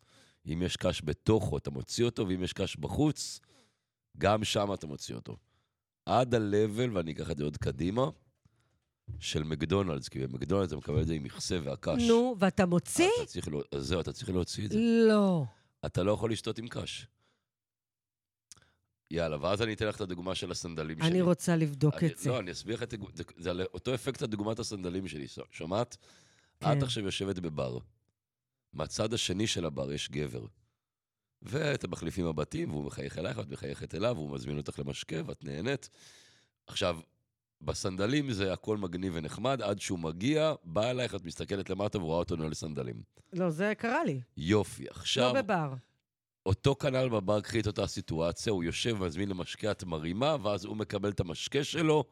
Speaker 2: אם יש קש בתוכו, אתה מוציא אותו, ואם יש קש בחוץ, גם שם אתה מוציא אותו. עד ה-level, ואני אקח את זה עוד קדימה, של מקדונלדס, כי במקדונלדס אתה מקבל את זה עם מכסה והקש.
Speaker 3: נו, ואתה מוציא?
Speaker 2: אתה צריך להוציא? אז זהו, אתה צריך להוציא את אה, זה.
Speaker 3: לא.
Speaker 2: אתה לא יכול לשתות עם קש. יאללה, ואז אני אתן לך את הדוגמה של הסנדלים שלי.
Speaker 3: אני רוצה לבדוק
Speaker 2: אני-
Speaker 3: את זה.
Speaker 2: לא, אני אסביר לך את הדוג- זה. זה על אותו אפקט הדוגמת הסנדלים שלי, ש- שמעת?
Speaker 3: כן.
Speaker 2: את עכשיו יושבת בבר. מהצד השני של הבר יש גבר. ואתם מחליפים מבטים, והוא מחייך אלייך, ואת מחייכת אליו, והוא מזמין אותך למשקה, ואת נהנית. עכשיו, בסנדלים זה הכל מגניב ונחמד, עד שהוא מגיע, בא אלייך, את מסתכלת למטה ורואה אותו נועל סנדלים.
Speaker 3: לא, זה קרה לי.
Speaker 2: יופי,
Speaker 3: לא
Speaker 2: עכשיו,
Speaker 3: בבר.
Speaker 2: אותו כנ"ל בבר, קחי את אותה סיטואציה, הוא יושב ומזמין למשקה את מרימה, ואז הוא מקבל את המשקה שלו,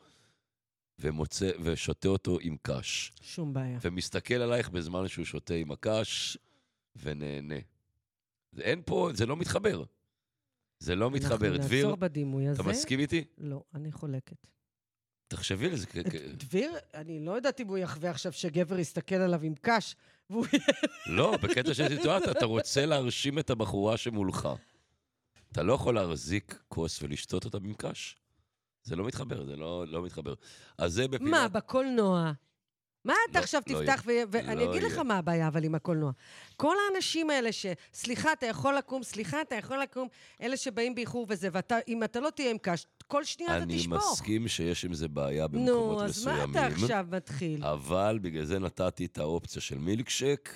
Speaker 2: ומוצא, ושותה אותו עם קש.
Speaker 3: שום בעיה.
Speaker 2: ומסתכל עלייך בזמן שהוא שותה עם הקש, ונהנה. זה- אין פה, זה לא מתחבר. זה לא מתחבר.
Speaker 3: אנחנו
Speaker 2: דביר,
Speaker 3: נעצור בדימוי הזה.
Speaker 2: אתה מסכים איתי?
Speaker 3: לא, אני חולקת.
Speaker 2: תחשבי על זה. כ- כ-
Speaker 3: דביר, אני לא יודעת אם הוא יחווה עכשיו שגבר יסתכל עליו עם קש, והוא...
Speaker 2: לא, בקטע של סיטואציה, אתה רוצה להרשים את הבחורה שמולך. אתה לא יכול להחזיק כוס ולשתות אותה במקש. זה לא מתחבר, זה לא, לא מתחבר. אז זה בפינת...
Speaker 3: מה, בקולנוע? מה אתה
Speaker 2: לא,
Speaker 3: עכשיו
Speaker 2: לא
Speaker 3: תפתח, ו- ואני
Speaker 2: לא
Speaker 3: אגיד לך
Speaker 2: יהיה.
Speaker 3: מה הבעיה אבל עם הקולנוע. כל האנשים האלה ש... סליחה, אתה יכול לקום, סליחה, אתה יכול לקום, אלה שבאים באיחור וזה, ואתה, אם אתה לא תהיה עם קש, כל שנייה אתה
Speaker 2: אני
Speaker 3: תשפוך.
Speaker 2: מסכים שיש עם זה בעיה במקומות
Speaker 3: נו, אז מה
Speaker 2: מסוימים. אה.
Speaker 3: אתה עכשיו מתחיל?
Speaker 2: אבל בגלל זה נתתי את האופציה של מילקשק.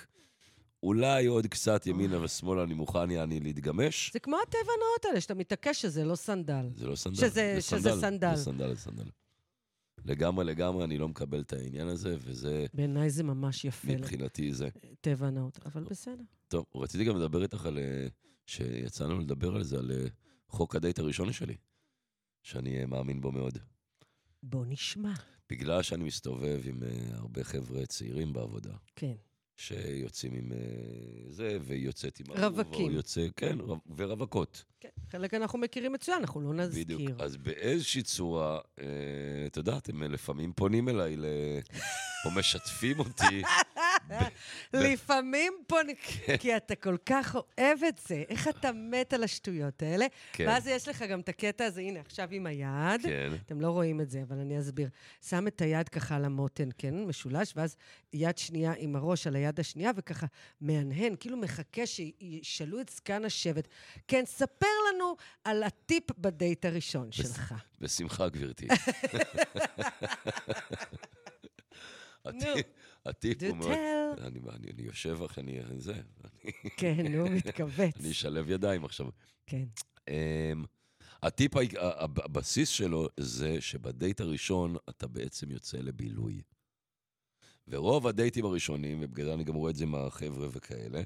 Speaker 2: אולי עוד קצת ימינה ושמאלה, אני מוכן יעני להתגמש.
Speaker 3: זה כמו הטבע הנאות האלה, שאתה מתעקש שזה לא סנדל.
Speaker 2: זה לא סנדל,
Speaker 3: שזה-
Speaker 2: זה
Speaker 3: שזה
Speaker 2: סנדל.
Speaker 3: סנדל.
Speaker 2: זה סנדל, זה סנדל. לגמרי, לגמרי, אני לא מקבל את העניין הזה, וזה
Speaker 3: בעיניי זה ממש יפה,
Speaker 2: מבחינתי זה.
Speaker 3: טבע הנאות,
Speaker 2: לא.
Speaker 3: אבל בסדר.
Speaker 2: טוב, רציתי גם לדבר איתך על... אה, שיצאנו לדבר על זה, על אה, חוק הדייט הראשון שלי, שאני אה, מאמין בו מאוד.
Speaker 3: בוא נשמע.
Speaker 2: בגלל שאני מסתובב עם אה, הרבה חבר'ה צעירים בעבודה,
Speaker 3: כן.
Speaker 2: שיוצאים עם אה, זה, ויוצאת עם... ההוא,
Speaker 3: רווקים.
Speaker 2: והוא יוצא, כן, רב, ורווקות.
Speaker 3: כן, חלק אנחנו מכירים מצוין, אנחנו לא נזכיר.
Speaker 2: בדיוק. אז באיזושהי צורה, אה, את יודעת, הם לפעמים פונים אליי ל... או משתפים אותי.
Speaker 3: לפעמים פה... נ-
Speaker 2: כן.
Speaker 3: כי אתה כל כך אוהב את זה, איך אתה מת על השטויות האלה.
Speaker 2: כן,
Speaker 3: ואז יש לך גם את הקטע הזה, הנה, עכשיו עם היד.
Speaker 2: כן.
Speaker 3: אתם לא רואים את זה, אבל אני אסביר. שם את היד ככה על המותן, כן? משולש, ואז יד שנייה עם הראש על היד השנייה, וככה מהנהן, כאילו מחכה שישאלו את זקן השבט. כן, ספר לנו על הטיפ בדייט
Speaker 2: [laughs]
Speaker 3: הראשון שלך.
Speaker 2: בשמחה, גברתי. [laughs] הטיפ- הטיפ הוא
Speaker 3: Do
Speaker 2: מאוד...
Speaker 3: tell.
Speaker 2: אה, אני, אני, אני יושב אחרי, אני אני זה, אני,
Speaker 3: כן,
Speaker 2: [laughs]
Speaker 3: נו, מתכווץ.
Speaker 2: אני אשלב ידיים עכשיו.
Speaker 3: כן.
Speaker 2: אמ, הטיפ, ה- ה- הב- הבסיס שלו זה שבדייט הראשון אתה בעצם יוצא לבילוי. ורוב הדייטים הראשונים, ובגלל זה אני גם רואה את זה עם החבר'ה וכאלה,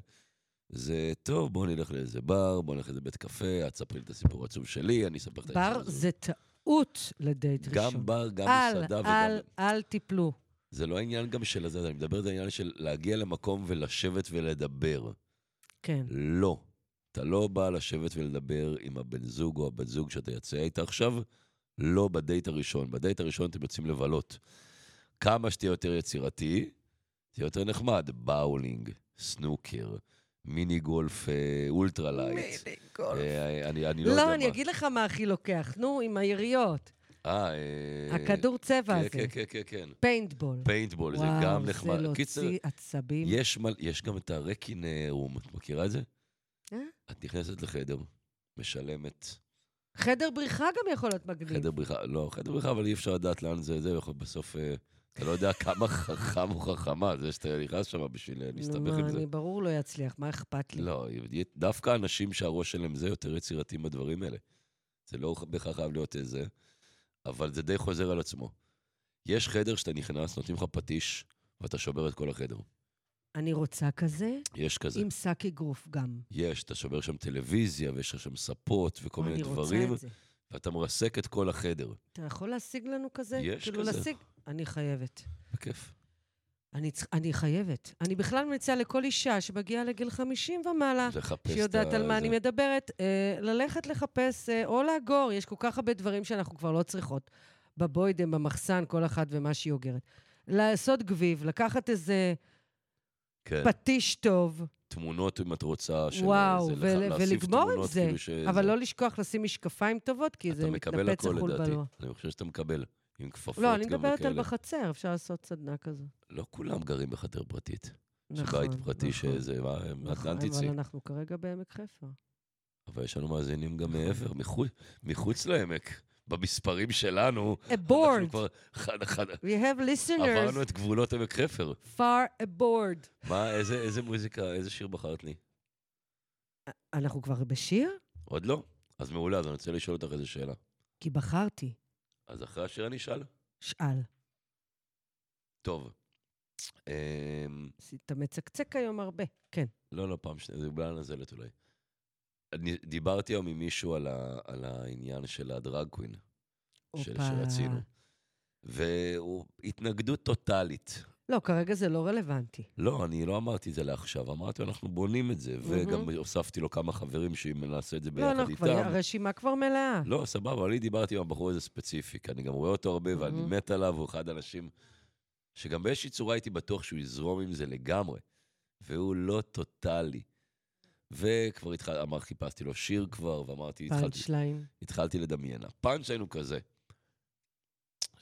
Speaker 2: זה, טוב, בוא נלך לאיזה בר, בוא נלך לאיזה בית קפה, את תספרי לי את הסיפור העצוב שלי, אני אספר את
Speaker 3: בר
Speaker 2: העצוב.
Speaker 3: זה טעות לדייט ראשון.
Speaker 2: גם בר, גם
Speaker 3: אל,
Speaker 2: מסעדה
Speaker 3: אל,
Speaker 2: וגם...
Speaker 3: אל תיפלו.
Speaker 2: זה לא העניין גם של הזה, אני מדבר על העניין של להגיע למקום ולשבת ולדבר.
Speaker 3: כן.
Speaker 2: לא. אתה לא בא לשבת ולדבר עם הבן זוג או הבת זוג שאתה יצא איתה עכשיו, לא בדייט הראשון. בדייט הראשון אתם יוצאים לבלות. כמה שתהיה יותר יצירתי, תהיה יותר נחמד. באולינג, סנוקר, מיני גולף אה, אולטרה לייט. אה, אני, אני לא, יודע
Speaker 3: לא,
Speaker 2: מה.
Speaker 3: אני אגיד לך מה הכי לוקח. נו, עם היריות.
Speaker 2: אה, אה,
Speaker 3: הכדור צבע
Speaker 2: כן,
Speaker 3: הזה.
Speaker 2: כן, כן, כן, כן.
Speaker 3: פיינטבול.
Speaker 2: פיינטבול, זה
Speaker 3: וואו,
Speaker 2: גם נחמד.
Speaker 3: זה לא
Speaker 2: קיצר,
Speaker 3: להוציא עצבים.
Speaker 2: יש, מל... יש גם את הרקין אה, רום, את מכירה את זה?
Speaker 3: אה?
Speaker 2: את נכנסת לחדר, משלמת
Speaker 3: חדר בריחה גם יכול להיות מגניב.
Speaker 2: חדר בריחה, לא, חדר בריחה, אבל אי אפשר לדעת לאן זה, זה, יכול- בסוף, אה, אתה לא יודע [laughs] כמה חכם או חכמה, זה שאתה נכנס שם בשביל אה,
Speaker 3: נו,
Speaker 2: להסתבך
Speaker 3: מה,
Speaker 2: עם זה.
Speaker 3: אני ברור לא יצליח, מה אכפת לי?
Speaker 2: לא, יהיה- דווקא אנשים שהראש שלהם זה יותר יצירתיים בדברים האלה. זה לא בהכרח חייב להיות איזה, אבל זה די חוזר על עצמו. יש חדר שאתה נכנס, נותנים לך פטיש, ואתה שובר את כל החדר.
Speaker 3: אני רוצה כזה,
Speaker 2: יש כזה.
Speaker 3: עם שק אגרוף גם.
Speaker 2: יש, אתה שובר שם טלוויזיה, ויש לך שם ספות וכל מיני
Speaker 3: אני רוצה
Speaker 2: דברים,
Speaker 3: את זה.
Speaker 2: ואתה מרסק את כל החדר.
Speaker 3: אתה יכול להשיג לנו כזה?
Speaker 2: יש
Speaker 3: כאילו
Speaker 2: כזה.
Speaker 3: להשיג? אני חייבת.
Speaker 2: בכיף.
Speaker 3: אני, צר- אני חייבת. אני בכלל מציעה לכל אישה שמגיעה לגיל 50 ומעלה,
Speaker 2: לחפש את
Speaker 3: אה, שיודעת על מה
Speaker 2: זה.
Speaker 3: אני מדברת, אה, ללכת לחפש אה, או לאגור. יש כל כך הרבה דברים שאנחנו כבר לא צריכות. בבוידם, במחסן, כל אחת ומה שהיא אוגרת. לעשות גביב, לקחת איזה
Speaker 2: כן.
Speaker 3: פטיש טוב,
Speaker 2: תמונות אם את רוצה, של אה,
Speaker 3: וואו,
Speaker 2: זה, לח-
Speaker 3: ול-
Speaker 2: להוסיף
Speaker 3: ולגמור עם
Speaker 2: תמונות
Speaker 3: זה,
Speaker 2: כאילו ש...
Speaker 3: אבל לא לשכוח לשים משקפיים טובות, כי
Speaker 2: אתה
Speaker 3: זה
Speaker 2: מקבל
Speaker 3: מתנפץ
Speaker 2: הכל
Speaker 3: החול
Speaker 2: לדעתי.
Speaker 3: בלוע.
Speaker 2: אני חושב שאתה מקבל, עם כפפות
Speaker 3: לא, אני
Speaker 2: גם
Speaker 3: מדברת על
Speaker 2: וכאלה.
Speaker 3: בחצר, אפשר לעשות סדנה כזו.
Speaker 2: לא כולם גרים בחדר פרטית.
Speaker 3: נכון,
Speaker 2: שבית פרטי
Speaker 3: נכון,
Speaker 2: שזה, מה, הם
Speaker 3: נכון,
Speaker 2: אטלנטי
Speaker 3: אבל
Speaker 2: צי.
Speaker 3: אנחנו כרגע בעמק חיפה.
Speaker 2: אבל יש לנו מאזינים גם מעבר, מחוץ- מחוץ לעמק. במספרים שלנו, [laughs] אנחנו
Speaker 3: Aboard.
Speaker 2: כבר חד- חד-
Speaker 3: We have
Speaker 2: עברנו
Speaker 3: listeners
Speaker 2: את גבולות עמק חפר.
Speaker 3: far aboard.
Speaker 2: מה, איזה איזה מוזיקה, איזה שיר בחרת לי?
Speaker 3: אנחנו כבר בשיר?
Speaker 2: עוד לא? אז מעולה, אז אני רוצה לשאול אותך איזה שאלה.
Speaker 3: כי בחרתי.
Speaker 2: אז אחרי השיר אני אשאל?
Speaker 3: שאל.
Speaker 2: טוב. אמ,
Speaker 3: אתה מצקצק היום הרבה. כן.
Speaker 2: לא, לא, פעם שנייה, זה בגלל הנזלת אולי. אני דיברתי היום עם מישהו על, ה, על העניין של הדרג קווין, של,
Speaker 3: הופה.
Speaker 2: שרצינו, והוא התנגדות טוטאלית.
Speaker 3: לא, כרגע זה לא רלוונטי.
Speaker 2: לא, אני לא אמרתי את זה לעכשיו, אמרתי, אנחנו בונים את זה, וגם הוספתי לו כמה חברים שאם נעשה את זה ביחד
Speaker 3: לא, לא,
Speaker 2: איתם...
Speaker 3: כבר, הרשימה כבר מלאה.
Speaker 2: לא, סבבה, אני דיברתי עם הבחור הזה ספציפי, כי אני גם רואה אותו הרבה, ואני
Speaker 3: Mhm.
Speaker 2: מת עליו, הוא אחד האנשים שגם באיזושהי צורה הייתי בטוח שהוא יזרום עם זה לגמרי, והוא לא טוטאלי. וכבר התחל... אמר, חיפשתי לו שיר כבר, ואמרתי, התחלתי,
Speaker 3: פאנצ'ליין.
Speaker 2: התחלתי לדמיין. הפאנץ' היינו כזה.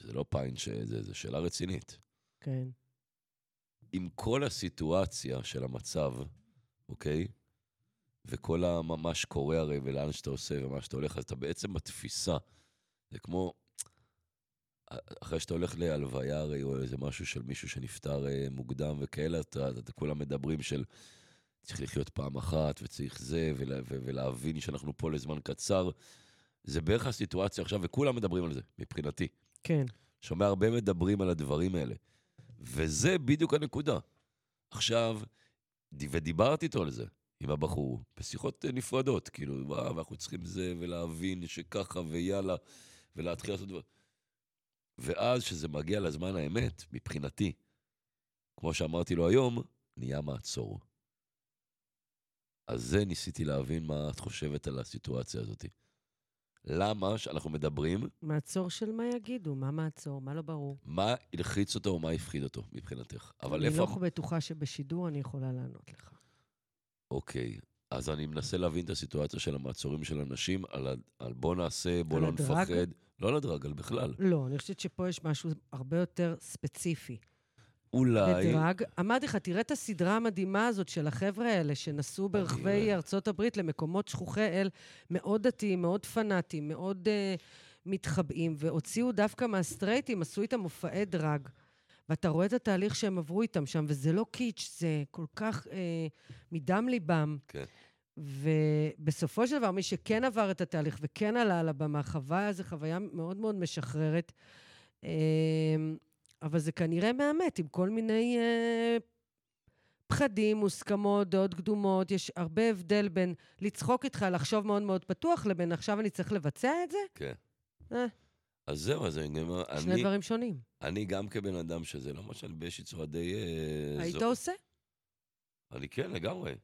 Speaker 2: זה לא פאנץ', זה, זה שאלה רצינית.
Speaker 3: כן.
Speaker 2: עם כל הסיטואציה של המצב, אוקיי? וכל הממה שקורה הרי, ולאן שאתה עושה ומה שאתה הולך, אז אתה בעצם בתפיסה. זה כמו, אחרי שאתה הולך להלוויה הרי, או איזה משהו של מישהו שנפטר אה, מוקדם וכאלה, אתה, אתה, אתה כולם מדברים של צריך לחיות פעם אחת, וצריך זה, ולה, ו, ולהבין שאנחנו פה לזמן קצר. זה בערך הסיטואציה עכשיו, וכולם מדברים על זה, מבחינתי.
Speaker 3: כן.
Speaker 2: שומע הרבה מדברים על הדברים האלה. וזה בדיוק הנקודה. עכשיו, ד- ודיברתי איתו על זה, עם הבחור, בשיחות אה, נפרדות, כאילו, מה, ואנחנו צריכים זה, ולהבין שככה, ויאללה, ולהתחיל לעשות דבר. ואז, כשזה מגיע לזמן האמת, מבחינתי, כמו שאמרתי לו היום, נהיה מעצור. אז זה ניסיתי להבין מה את חושבת על הסיטואציה הזאת. למה שאנחנו מדברים
Speaker 3: מעצור של מה יגידו, מה מעצור, מה לא ברור.
Speaker 2: מה הלחיץ אותו ומה הפחיד אותו מבחינתך. אבל
Speaker 3: אני
Speaker 2: איפה...
Speaker 3: לא בטוחה שבשידור אני יכולה לענות לך.
Speaker 2: אוקיי, אז אני מנסה להבין את הסיטואציה של המעצורים של אנשים, על, ה- על בוא נעשה, בוא
Speaker 3: על
Speaker 2: לא
Speaker 3: הדרג?
Speaker 2: נפחד. לא על הדרג, על בכלל.
Speaker 3: לא, אני חושבת שפה יש משהו הרבה יותר ספציפי.
Speaker 2: אולי...
Speaker 3: לדרג. אמרתי לך, תראה את הסדרה המדהימה הזאת של החבר'ה האלה שנסעו ברחבי
Speaker 2: אוהב.
Speaker 3: ארצות הברית למקומות שכוחי אל, מאוד דתיים, מאוד פנאטיים, מאוד אה, מתחבאים, והוציאו דווקא מהסטרייטים, עשו איתם מופעי דרג. ואתה רואה את התהליך שהם עברו איתם שם, וזה לא קיץ', זה כל כך אה, מדם ליבם.
Speaker 2: כן.
Speaker 3: ובסופו של דבר, מי שכן עבר את התהליך וכן עלה על הבמה, חוויה זו חוויה מאוד מאוד משחררת. אה, אבל זה כנראה מאמת עם כל מיני אה, פחדים, מוסכמות, דעות קדומות. יש הרבה הבדל בין לצחוק איתך, לחשוב מאוד מאוד פתוח, לבין עכשיו אני צריך לבצע את זה.
Speaker 2: כן.
Speaker 3: אה.
Speaker 2: אז זהו, אז אני אומר,
Speaker 3: שני
Speaker 2: אני,
Speaker 3: דברים שונים.
Speaker 2: אני גם כבן אדם שזה לא מה שאני באיזושהי צורה די... אה,
Speaker 3: היית
Speaker 2: זו-
Speaker 3: עושה?
Speaker 2: אני כן, לגמרי.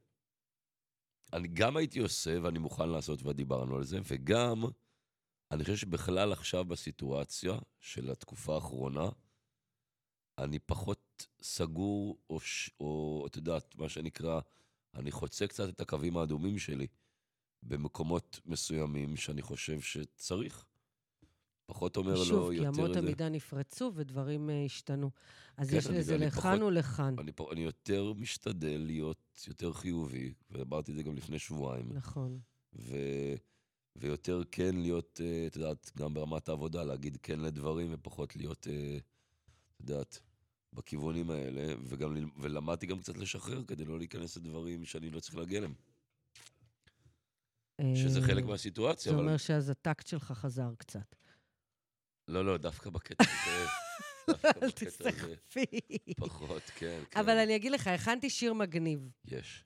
Speaker 2: אני גם הייתי עושה, ואני מוכן לעשות, ודיברנו על זה, וגם, אני חושב שבכלל עכשיו בסיטואציה של התקופה האחרונה, אני פחות סגור, או, ש- או את יודעת, מה שנקרא, אני חוצה קצת את הקווים האדומים שלי במקומות מסוימים שאני חושב שצריך. פחות אומר לו
Speaker 3: שוב, כי
Speaker 2: יותר...
Speaker 3: אמות
Speaker 2: זה.
Speaker 3: המידה נפרצו ודברים אה, השתנו. אז
Speaker 2: כן,
Speaker 3: יש
Speaker 2: אני-
Speaker 3: לזה
Speaker 2: אני
Speaker 3: לכאן
Speaker 2: פחות-
Speaker 3: ולכאן.
Speaker 2: אני, פה- אני יותר משתדל להיות יותר חיובי, ואמרתי את זה גם לפני שבועיים.
Speaker 3: נכון.
Speaker 2: ו... ויותר כן להיות, אה, את יודעת, גם ברמת העבודה, להגיד כן לדברים ופחות להיות, אה, את יודעת, בכיוונים האלה, וגם, ל- ולמדתי גם קצת לשחרר כדי לא להיכנס לדברים שאני לא צריך להגיע אליהם, שזה
Speaker 3: אה,
Speaker 2: חלק מהסיטואציה,
Speaker 3: זה
Speaker 2: אבל...
Speaker 3: אומר שאז הטקט שלך חזר קצת. לא,
Speaker 2: לא, לא, דווקא בקטע
Speaker 3: [laughs]
Speaker 2: הזה, דווקא בקטע
Speaker 3: אל
Speaker 2: הזה,
Speaker 3: תסחפי.
Speaker 2: כן,
Speaker 3: [laughs]
Speaker 2: פחות, כן, כן.
Speaker 3: אבל אני אגיד לך, הכנתי שיר מגניב.
Speaker 2: יש.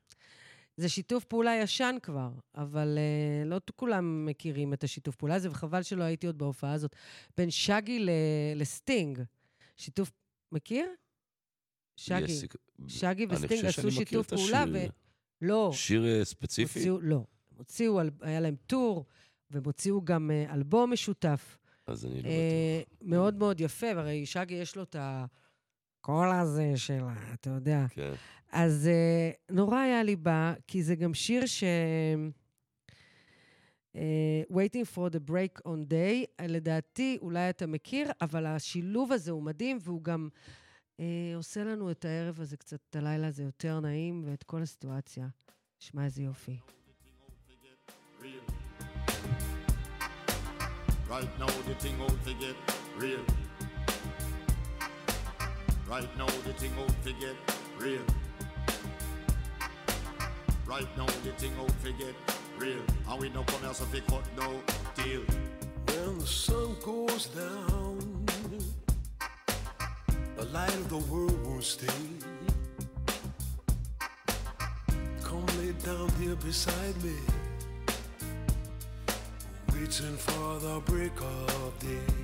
Speaker 3: זה שיתוף פעולה ישן כבר, אבל uh, לא כולם מכירים את השיתוף פעולה הזה, וחבל שלא הייתי עוד בהופעה הזאת. בין שגי ל... לסטינג. שיתוף... מכיר? שגי.
Speaker 2: יש סיכ-
Speaker 3: שגי
Speaker 2: אני
Speaker 3: וסטינג
Speaker 2: חושב שאני
Speaker 3: עשו
Speaker 2: מכיר
Speaker 3: שיתוף
Speaker 2: את השיר.
Speaker 3: פעולה, ו... לא.
Speaker 2: שיר אה, ספציפי?
Speaker 3: הוציאו, לא. הם הוציאו, אל- היה להם טור, והם הוציאו גם אה, אלבום משותף.
Speaker 2: אז אני לא בטוח.
Speaker 3: אה, מאוד מאוד יפה, והרי שגי יש לו את הקול הזה של ה... אתה יודע.
Speaker 2: כן.
Speaker 3: אז אה, נורא היה לי בא, כי זה גם שיר ש... אה, Waiting for the break on day, אה, לדעתי אולי אתה מכיר, אבל השילוב הזה הוא מדהים, והוא גם אה, עושה לנו את הערב הזה קצת, את הלילה הזה יותר נעים, ואת כל הסיטואציה. שמע איזה יופי.
Speaker 4: real. Right now the thing out to get real. Right now the thing out to get real. Right now the thing out to get real. And we don't come here so we cut no deal.
Speaker 7: When the sun goes down
Speaker 5: light of the world won't stay. Come lay down here beside me, waiting for the break of day.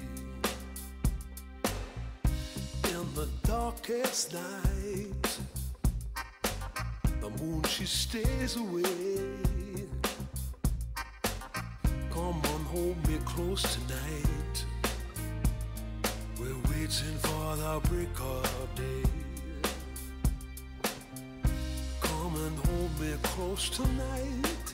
Speaker 5: In the darkest night, the moon she stays away. Come on, hold me close tonight. We're waiting for the break of day. Come and hold me close tonight.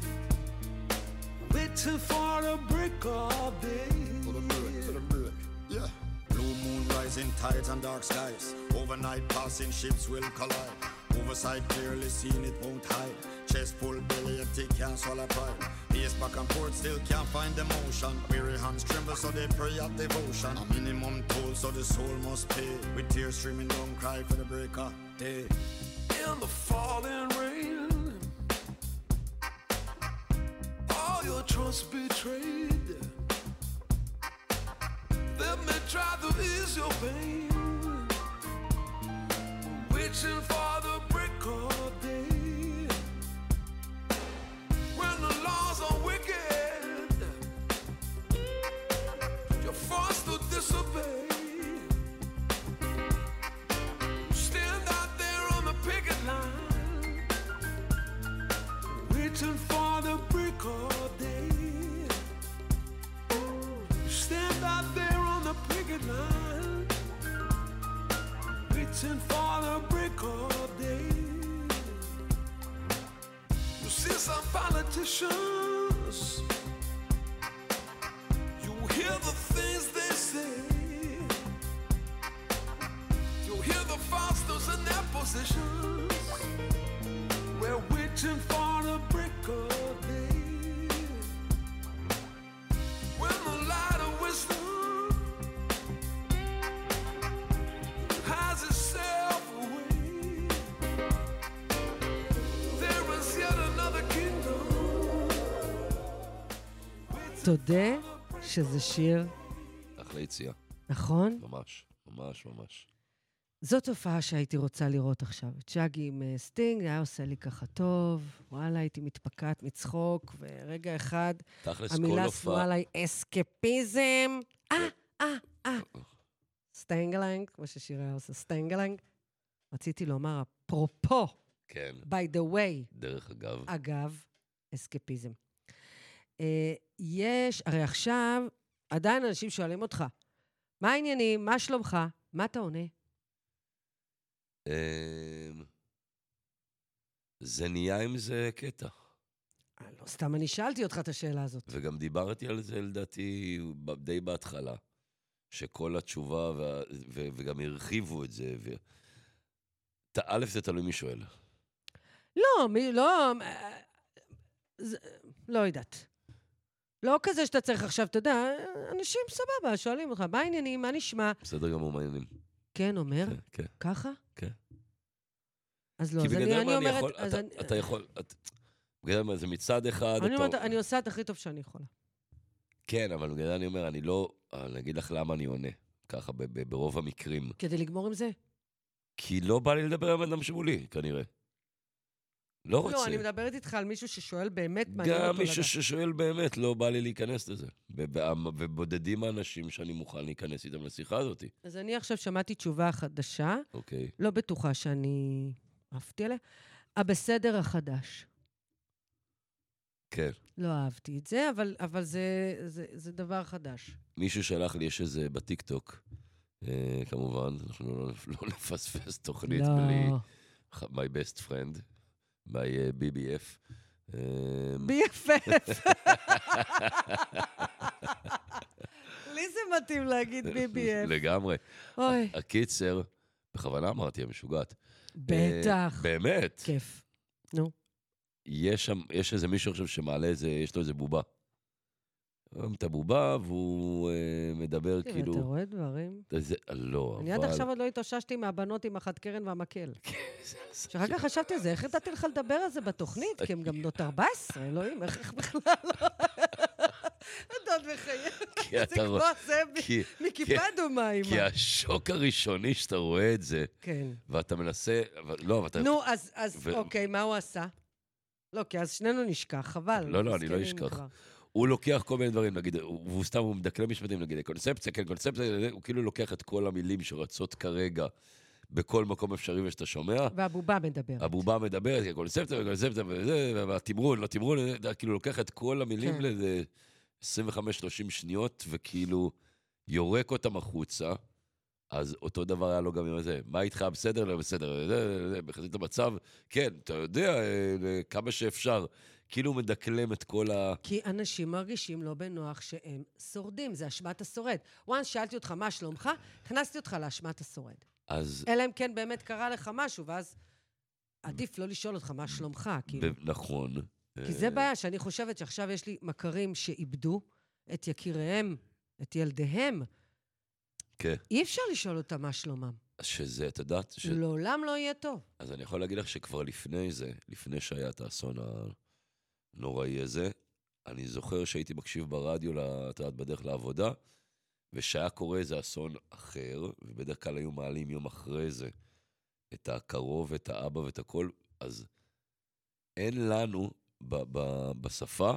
Speaker 5: Waiting for the break of
Speaker 4: To the
Speaker 5: day.
Speaker 4: break, to the break. Yeah. Blue moon rising tides and dark skies. Overnight passing ships will collide. Oversight clearly seen, it won't hide. Chest full, belly empty, can't swallow pride. Ears back and forth, still can't find the motion. Weary hands tremble, so they pray at devotion. A minimum toll, so the soul must pay. With tears streaming down, cry for the break of day.
Speaker 5: In the falling rain, all your trust betrayed. Let me try to ease your pain, waiting for the break of day. When the laws are wicked, you're forced to disobey. Stand out there on the picket line, waiting for the break of day. Stand out there on the picket line, waiting for the break of day. You see some politicians, you hear the things they say. You hear the Fosters in their positions. We're waiting for the break of day. When the light of wisdom hides itself away, there is yet another kingdom. waiting
Speaker 3: תודה שזה שיר,
Speaker 2: אחלה יציאה,
Speaker 3: נכון?
Speaker 2: ממש, ממש, ממש.
Speaker 3: זאת תופעה שהייתי רוצה לראות עכשיו. את שגי עם אה, סטינג, היה עושה לי ככה טוב, וואלה, הייתי מתפקעת מצחוק, ורגע אחד
Speaker 2: תכלס, כל
Speaker 3: המילה שנואה
Speaker 2: הופעה... כן.
Speaker 3: עליי אסקפיזם. אה, אה, אה. סטנגלנג, כמו ששירה היה עושה, סטנגלנג. רציתי לומר, אפרופו,
Speaker 2: כן,
Speaker 3: by the way,
Speaker 2: דרך אגב.
Speaker 3: אגב, אסקפיזם. אה, יש, הרי עכשיו, עדיין אנשים שואלים אותך, מה העניינים? מה שלומך? מה אתה עונה? אה,
Speaker 2: אמ, זה נהיה עם זה קטע.
Speaker 3: אה, לא סתם אני שאלתי אותך את השאלה הזאת.
Speaker 2: וגם דיברתי על זה, לדעתי, ב- די בהתחלה, שכל התשובה, וה... ו... וגם הרחיבו את זה. ו... ת- א', זה תלוי מי שואל.
Speaker 3: לא, מי, לא... אה, זה, לא יודעת. לא כזה שאתה צריך עכשיו, אתה יודע, אנשים סבבה, שואלים אותך, מה העניינים, מה נשמע?
Speaker 2: בסדר גמור, מעניינים.
Speaker 3: כן, אומר,
Speaker 2: כן, כן.
Speaker 3: ככה?
Speaker 2: כן.
Speaker 3: אז לא,
Speaker 2: כי
Speaker 3: אז
Speaker 2: בגלל
Speaker 3: אני,
Speaker 2: מה
Speaker 3: אני
Speaker 2: אני
Speaker 3: אומרת...
Speaker 2: יכול,
Speaker 3: אז
Speaker 2: אתה-
Speaker 3: אני-
Speaker 2: אתה יכול, את- בגלל מה זה מצד אחד,
Speaker 3: אני
Speaker 2: אתה-
Speaker 3: אומרת, אני עושה את הכי טוב שאני יכולה.
Speaker 2: כן, אבל בגלל זה אני אומר, אני לא, אני אגיד לך למה אני עונה, ככה ב- ב- ברוב המקרים.
Speaker 3: כדי לגמור עם זה?
Speaker 2: כי לא בא לי לדבר עם אדם שמולי, כנראה. לא רוצה.
Speaker 3: לא, אני מדברת איתך על מישהו ששואל באמת מעניין אותו לדעת.
Speaker 2: גם מישהו ששואל באמת, לא בא לי להיכנס לזה. ו- ו- ובודדים האנשים שאני מוכן להיכנס איתם לשיחה הזאת.
Speaker 3: אז אני עכשיו שמעתי תשובה חדשה,
Speaker 2: אוקיי,
Speaker 3: לא בטוחה שאני עפתי עליה. הבסדר החדש.
Speaker 2: כן.
Speaker 3: לא אהבתי את זה, אבל, אבל זה, זה, זה דבר חדש.
Speaker 2: מישהו שלח לי, יש איזה בטיקטוק, אה, כמובן, אנחנו לא, לא נפספס תוכנית
Speaker 3: לא.
Speaker 2: בלי ח- my best friend, my אה, BBF. אה,
Speaker 3: BFF. לי זה מתאים להגיד
Speaker 2: [laughs]
Speaker 3: BBF.
Speaker 2: אה, לגמרי.
Speaker 3: אוי,
Speaker 2: אה, הקיצר, בכוונה אמרתי, המשוגעת.
Speaker 3: בטח.
Speaker 2: אה, באמת.
Speaker 3: כיף.
Speaker 2: יש שם, יש איזה מישהו עכשיו שמעלה איזה, יש לו איזה בובה. רואים את הבובה, והוא אה, מדבר
Speaker 3: תראה, אתה
Speaker 2: כאילו...
Speaker 3: רואה דברים?
Speaker 2: זה, לא,
Speaker 3: אני עד
Speaker 2: אבל... כן.
Speaker 3: עכשיו עוד לא התאוששתי מהבנות עם החד קרן והמקל.
Speaker 2: זה- זה-
Speaker 3: שאחר כך חשבתי על זה, איך נתתי
Speaker 2: [laughs]
Speaker 3: לך לדבר על זה בתוכנית? כי הן גם בנות 14, אלוהים, איך איך בכלל... לא?" הדוד מחייך.
Speaker 2: כי אתה
Speaker 3: [laughs] זה כמו
Speaker 2: רואה-
Speaker 3: זה
Speaker 2: כי-
Speaker 3: מכיפה דומה,
Speaker 2: כי
Speaker 3: אימא.
Speaker 2: השוק הראשוני שאתה רואה את זה,
Speaker 3: כן.
Speaker 2: ואתה מנסה, אבל- לא, אבל אתה...
Speaker 3: נו, אז- אז
Speaker 2: ו-
Speaker 3: אוקיי, מה הוא עשה? לא, כי אז שנינו נשכח, חבל.
Speaker 2: לא, לא, אני לא
Speaker 3: מסכנים
Speaker 2: אשכח.
Speaker 3: כבר.
Speaker 2: הוא לוקח כל מיני דברים, נגיד, הוא והוא סתם, הוא מדקלם משפטים, נגיד, קונספציה, כן, קונספציה, הוא כאילו לוקח את כל המילים שרצות כרגע בכל מקום אפשרי ושאתה שומע.
Speaker 3: והבובה מדברת.
Speaker 2: הבובה מדברת, כן, קונספציה, קונספציה, וזה, והתמרון, לא תמרון, אתה כאילו לוקח את כל המילים
Speaker 3: כן.
Speaker 2: לאיזה 25-30 שניות, וכאילו יורק אותם החוצה, אז אותו דבר היה לו גם עם זה. מה איתך, בסדר? לא בסדר, זה, זה, זה, מחזיק את המצב, כן, אתה יודע, אה, אה, כמה שאפשר. כאילו הוא מדקלם את כל ה...
Speaker 3: כי אנשים מרגישים לא בנוח שהם שורדים, זה אשמת השורד. once שאלתי אותך מה שלומך, הכנסתי אותך לאשמת השורד.
Speaker 2: אז
Speaker 3: אלא אם כן באמת קרה לך משהו, ואז עדיף לא לשאול אותך מה שלומך, כאילו.
Speaker 2: ב- נכון.
Speaker 3: כי זה בעיה שאני חושבת שעכשיו יש לי מכרים שאיבדו את יקיריהם, את ילדיהם.
Speaker 2: כן.
Speaker 3: אי אפשר לשאול אותם מה שלומם.
Speaker 2: שזה, את יודעת, ש...
Speaker 3: לעולם לא יהיה טוב.
Speaker 2: אז אני יכול להגיד לך שכבר לפני זה, לפני שהיה את האסון הנוראי הזה, אני זוכר שהייתי מקשיב ברדיו, ל- את יודעת, בדרך לעבודה, ושהיה קורה איזה אסון אחר, ובדרך כלל היו מעלים יום אחרי זה את הקרוב, את האבא ואת הכל, אז אין לנו ב- ב- בשפה,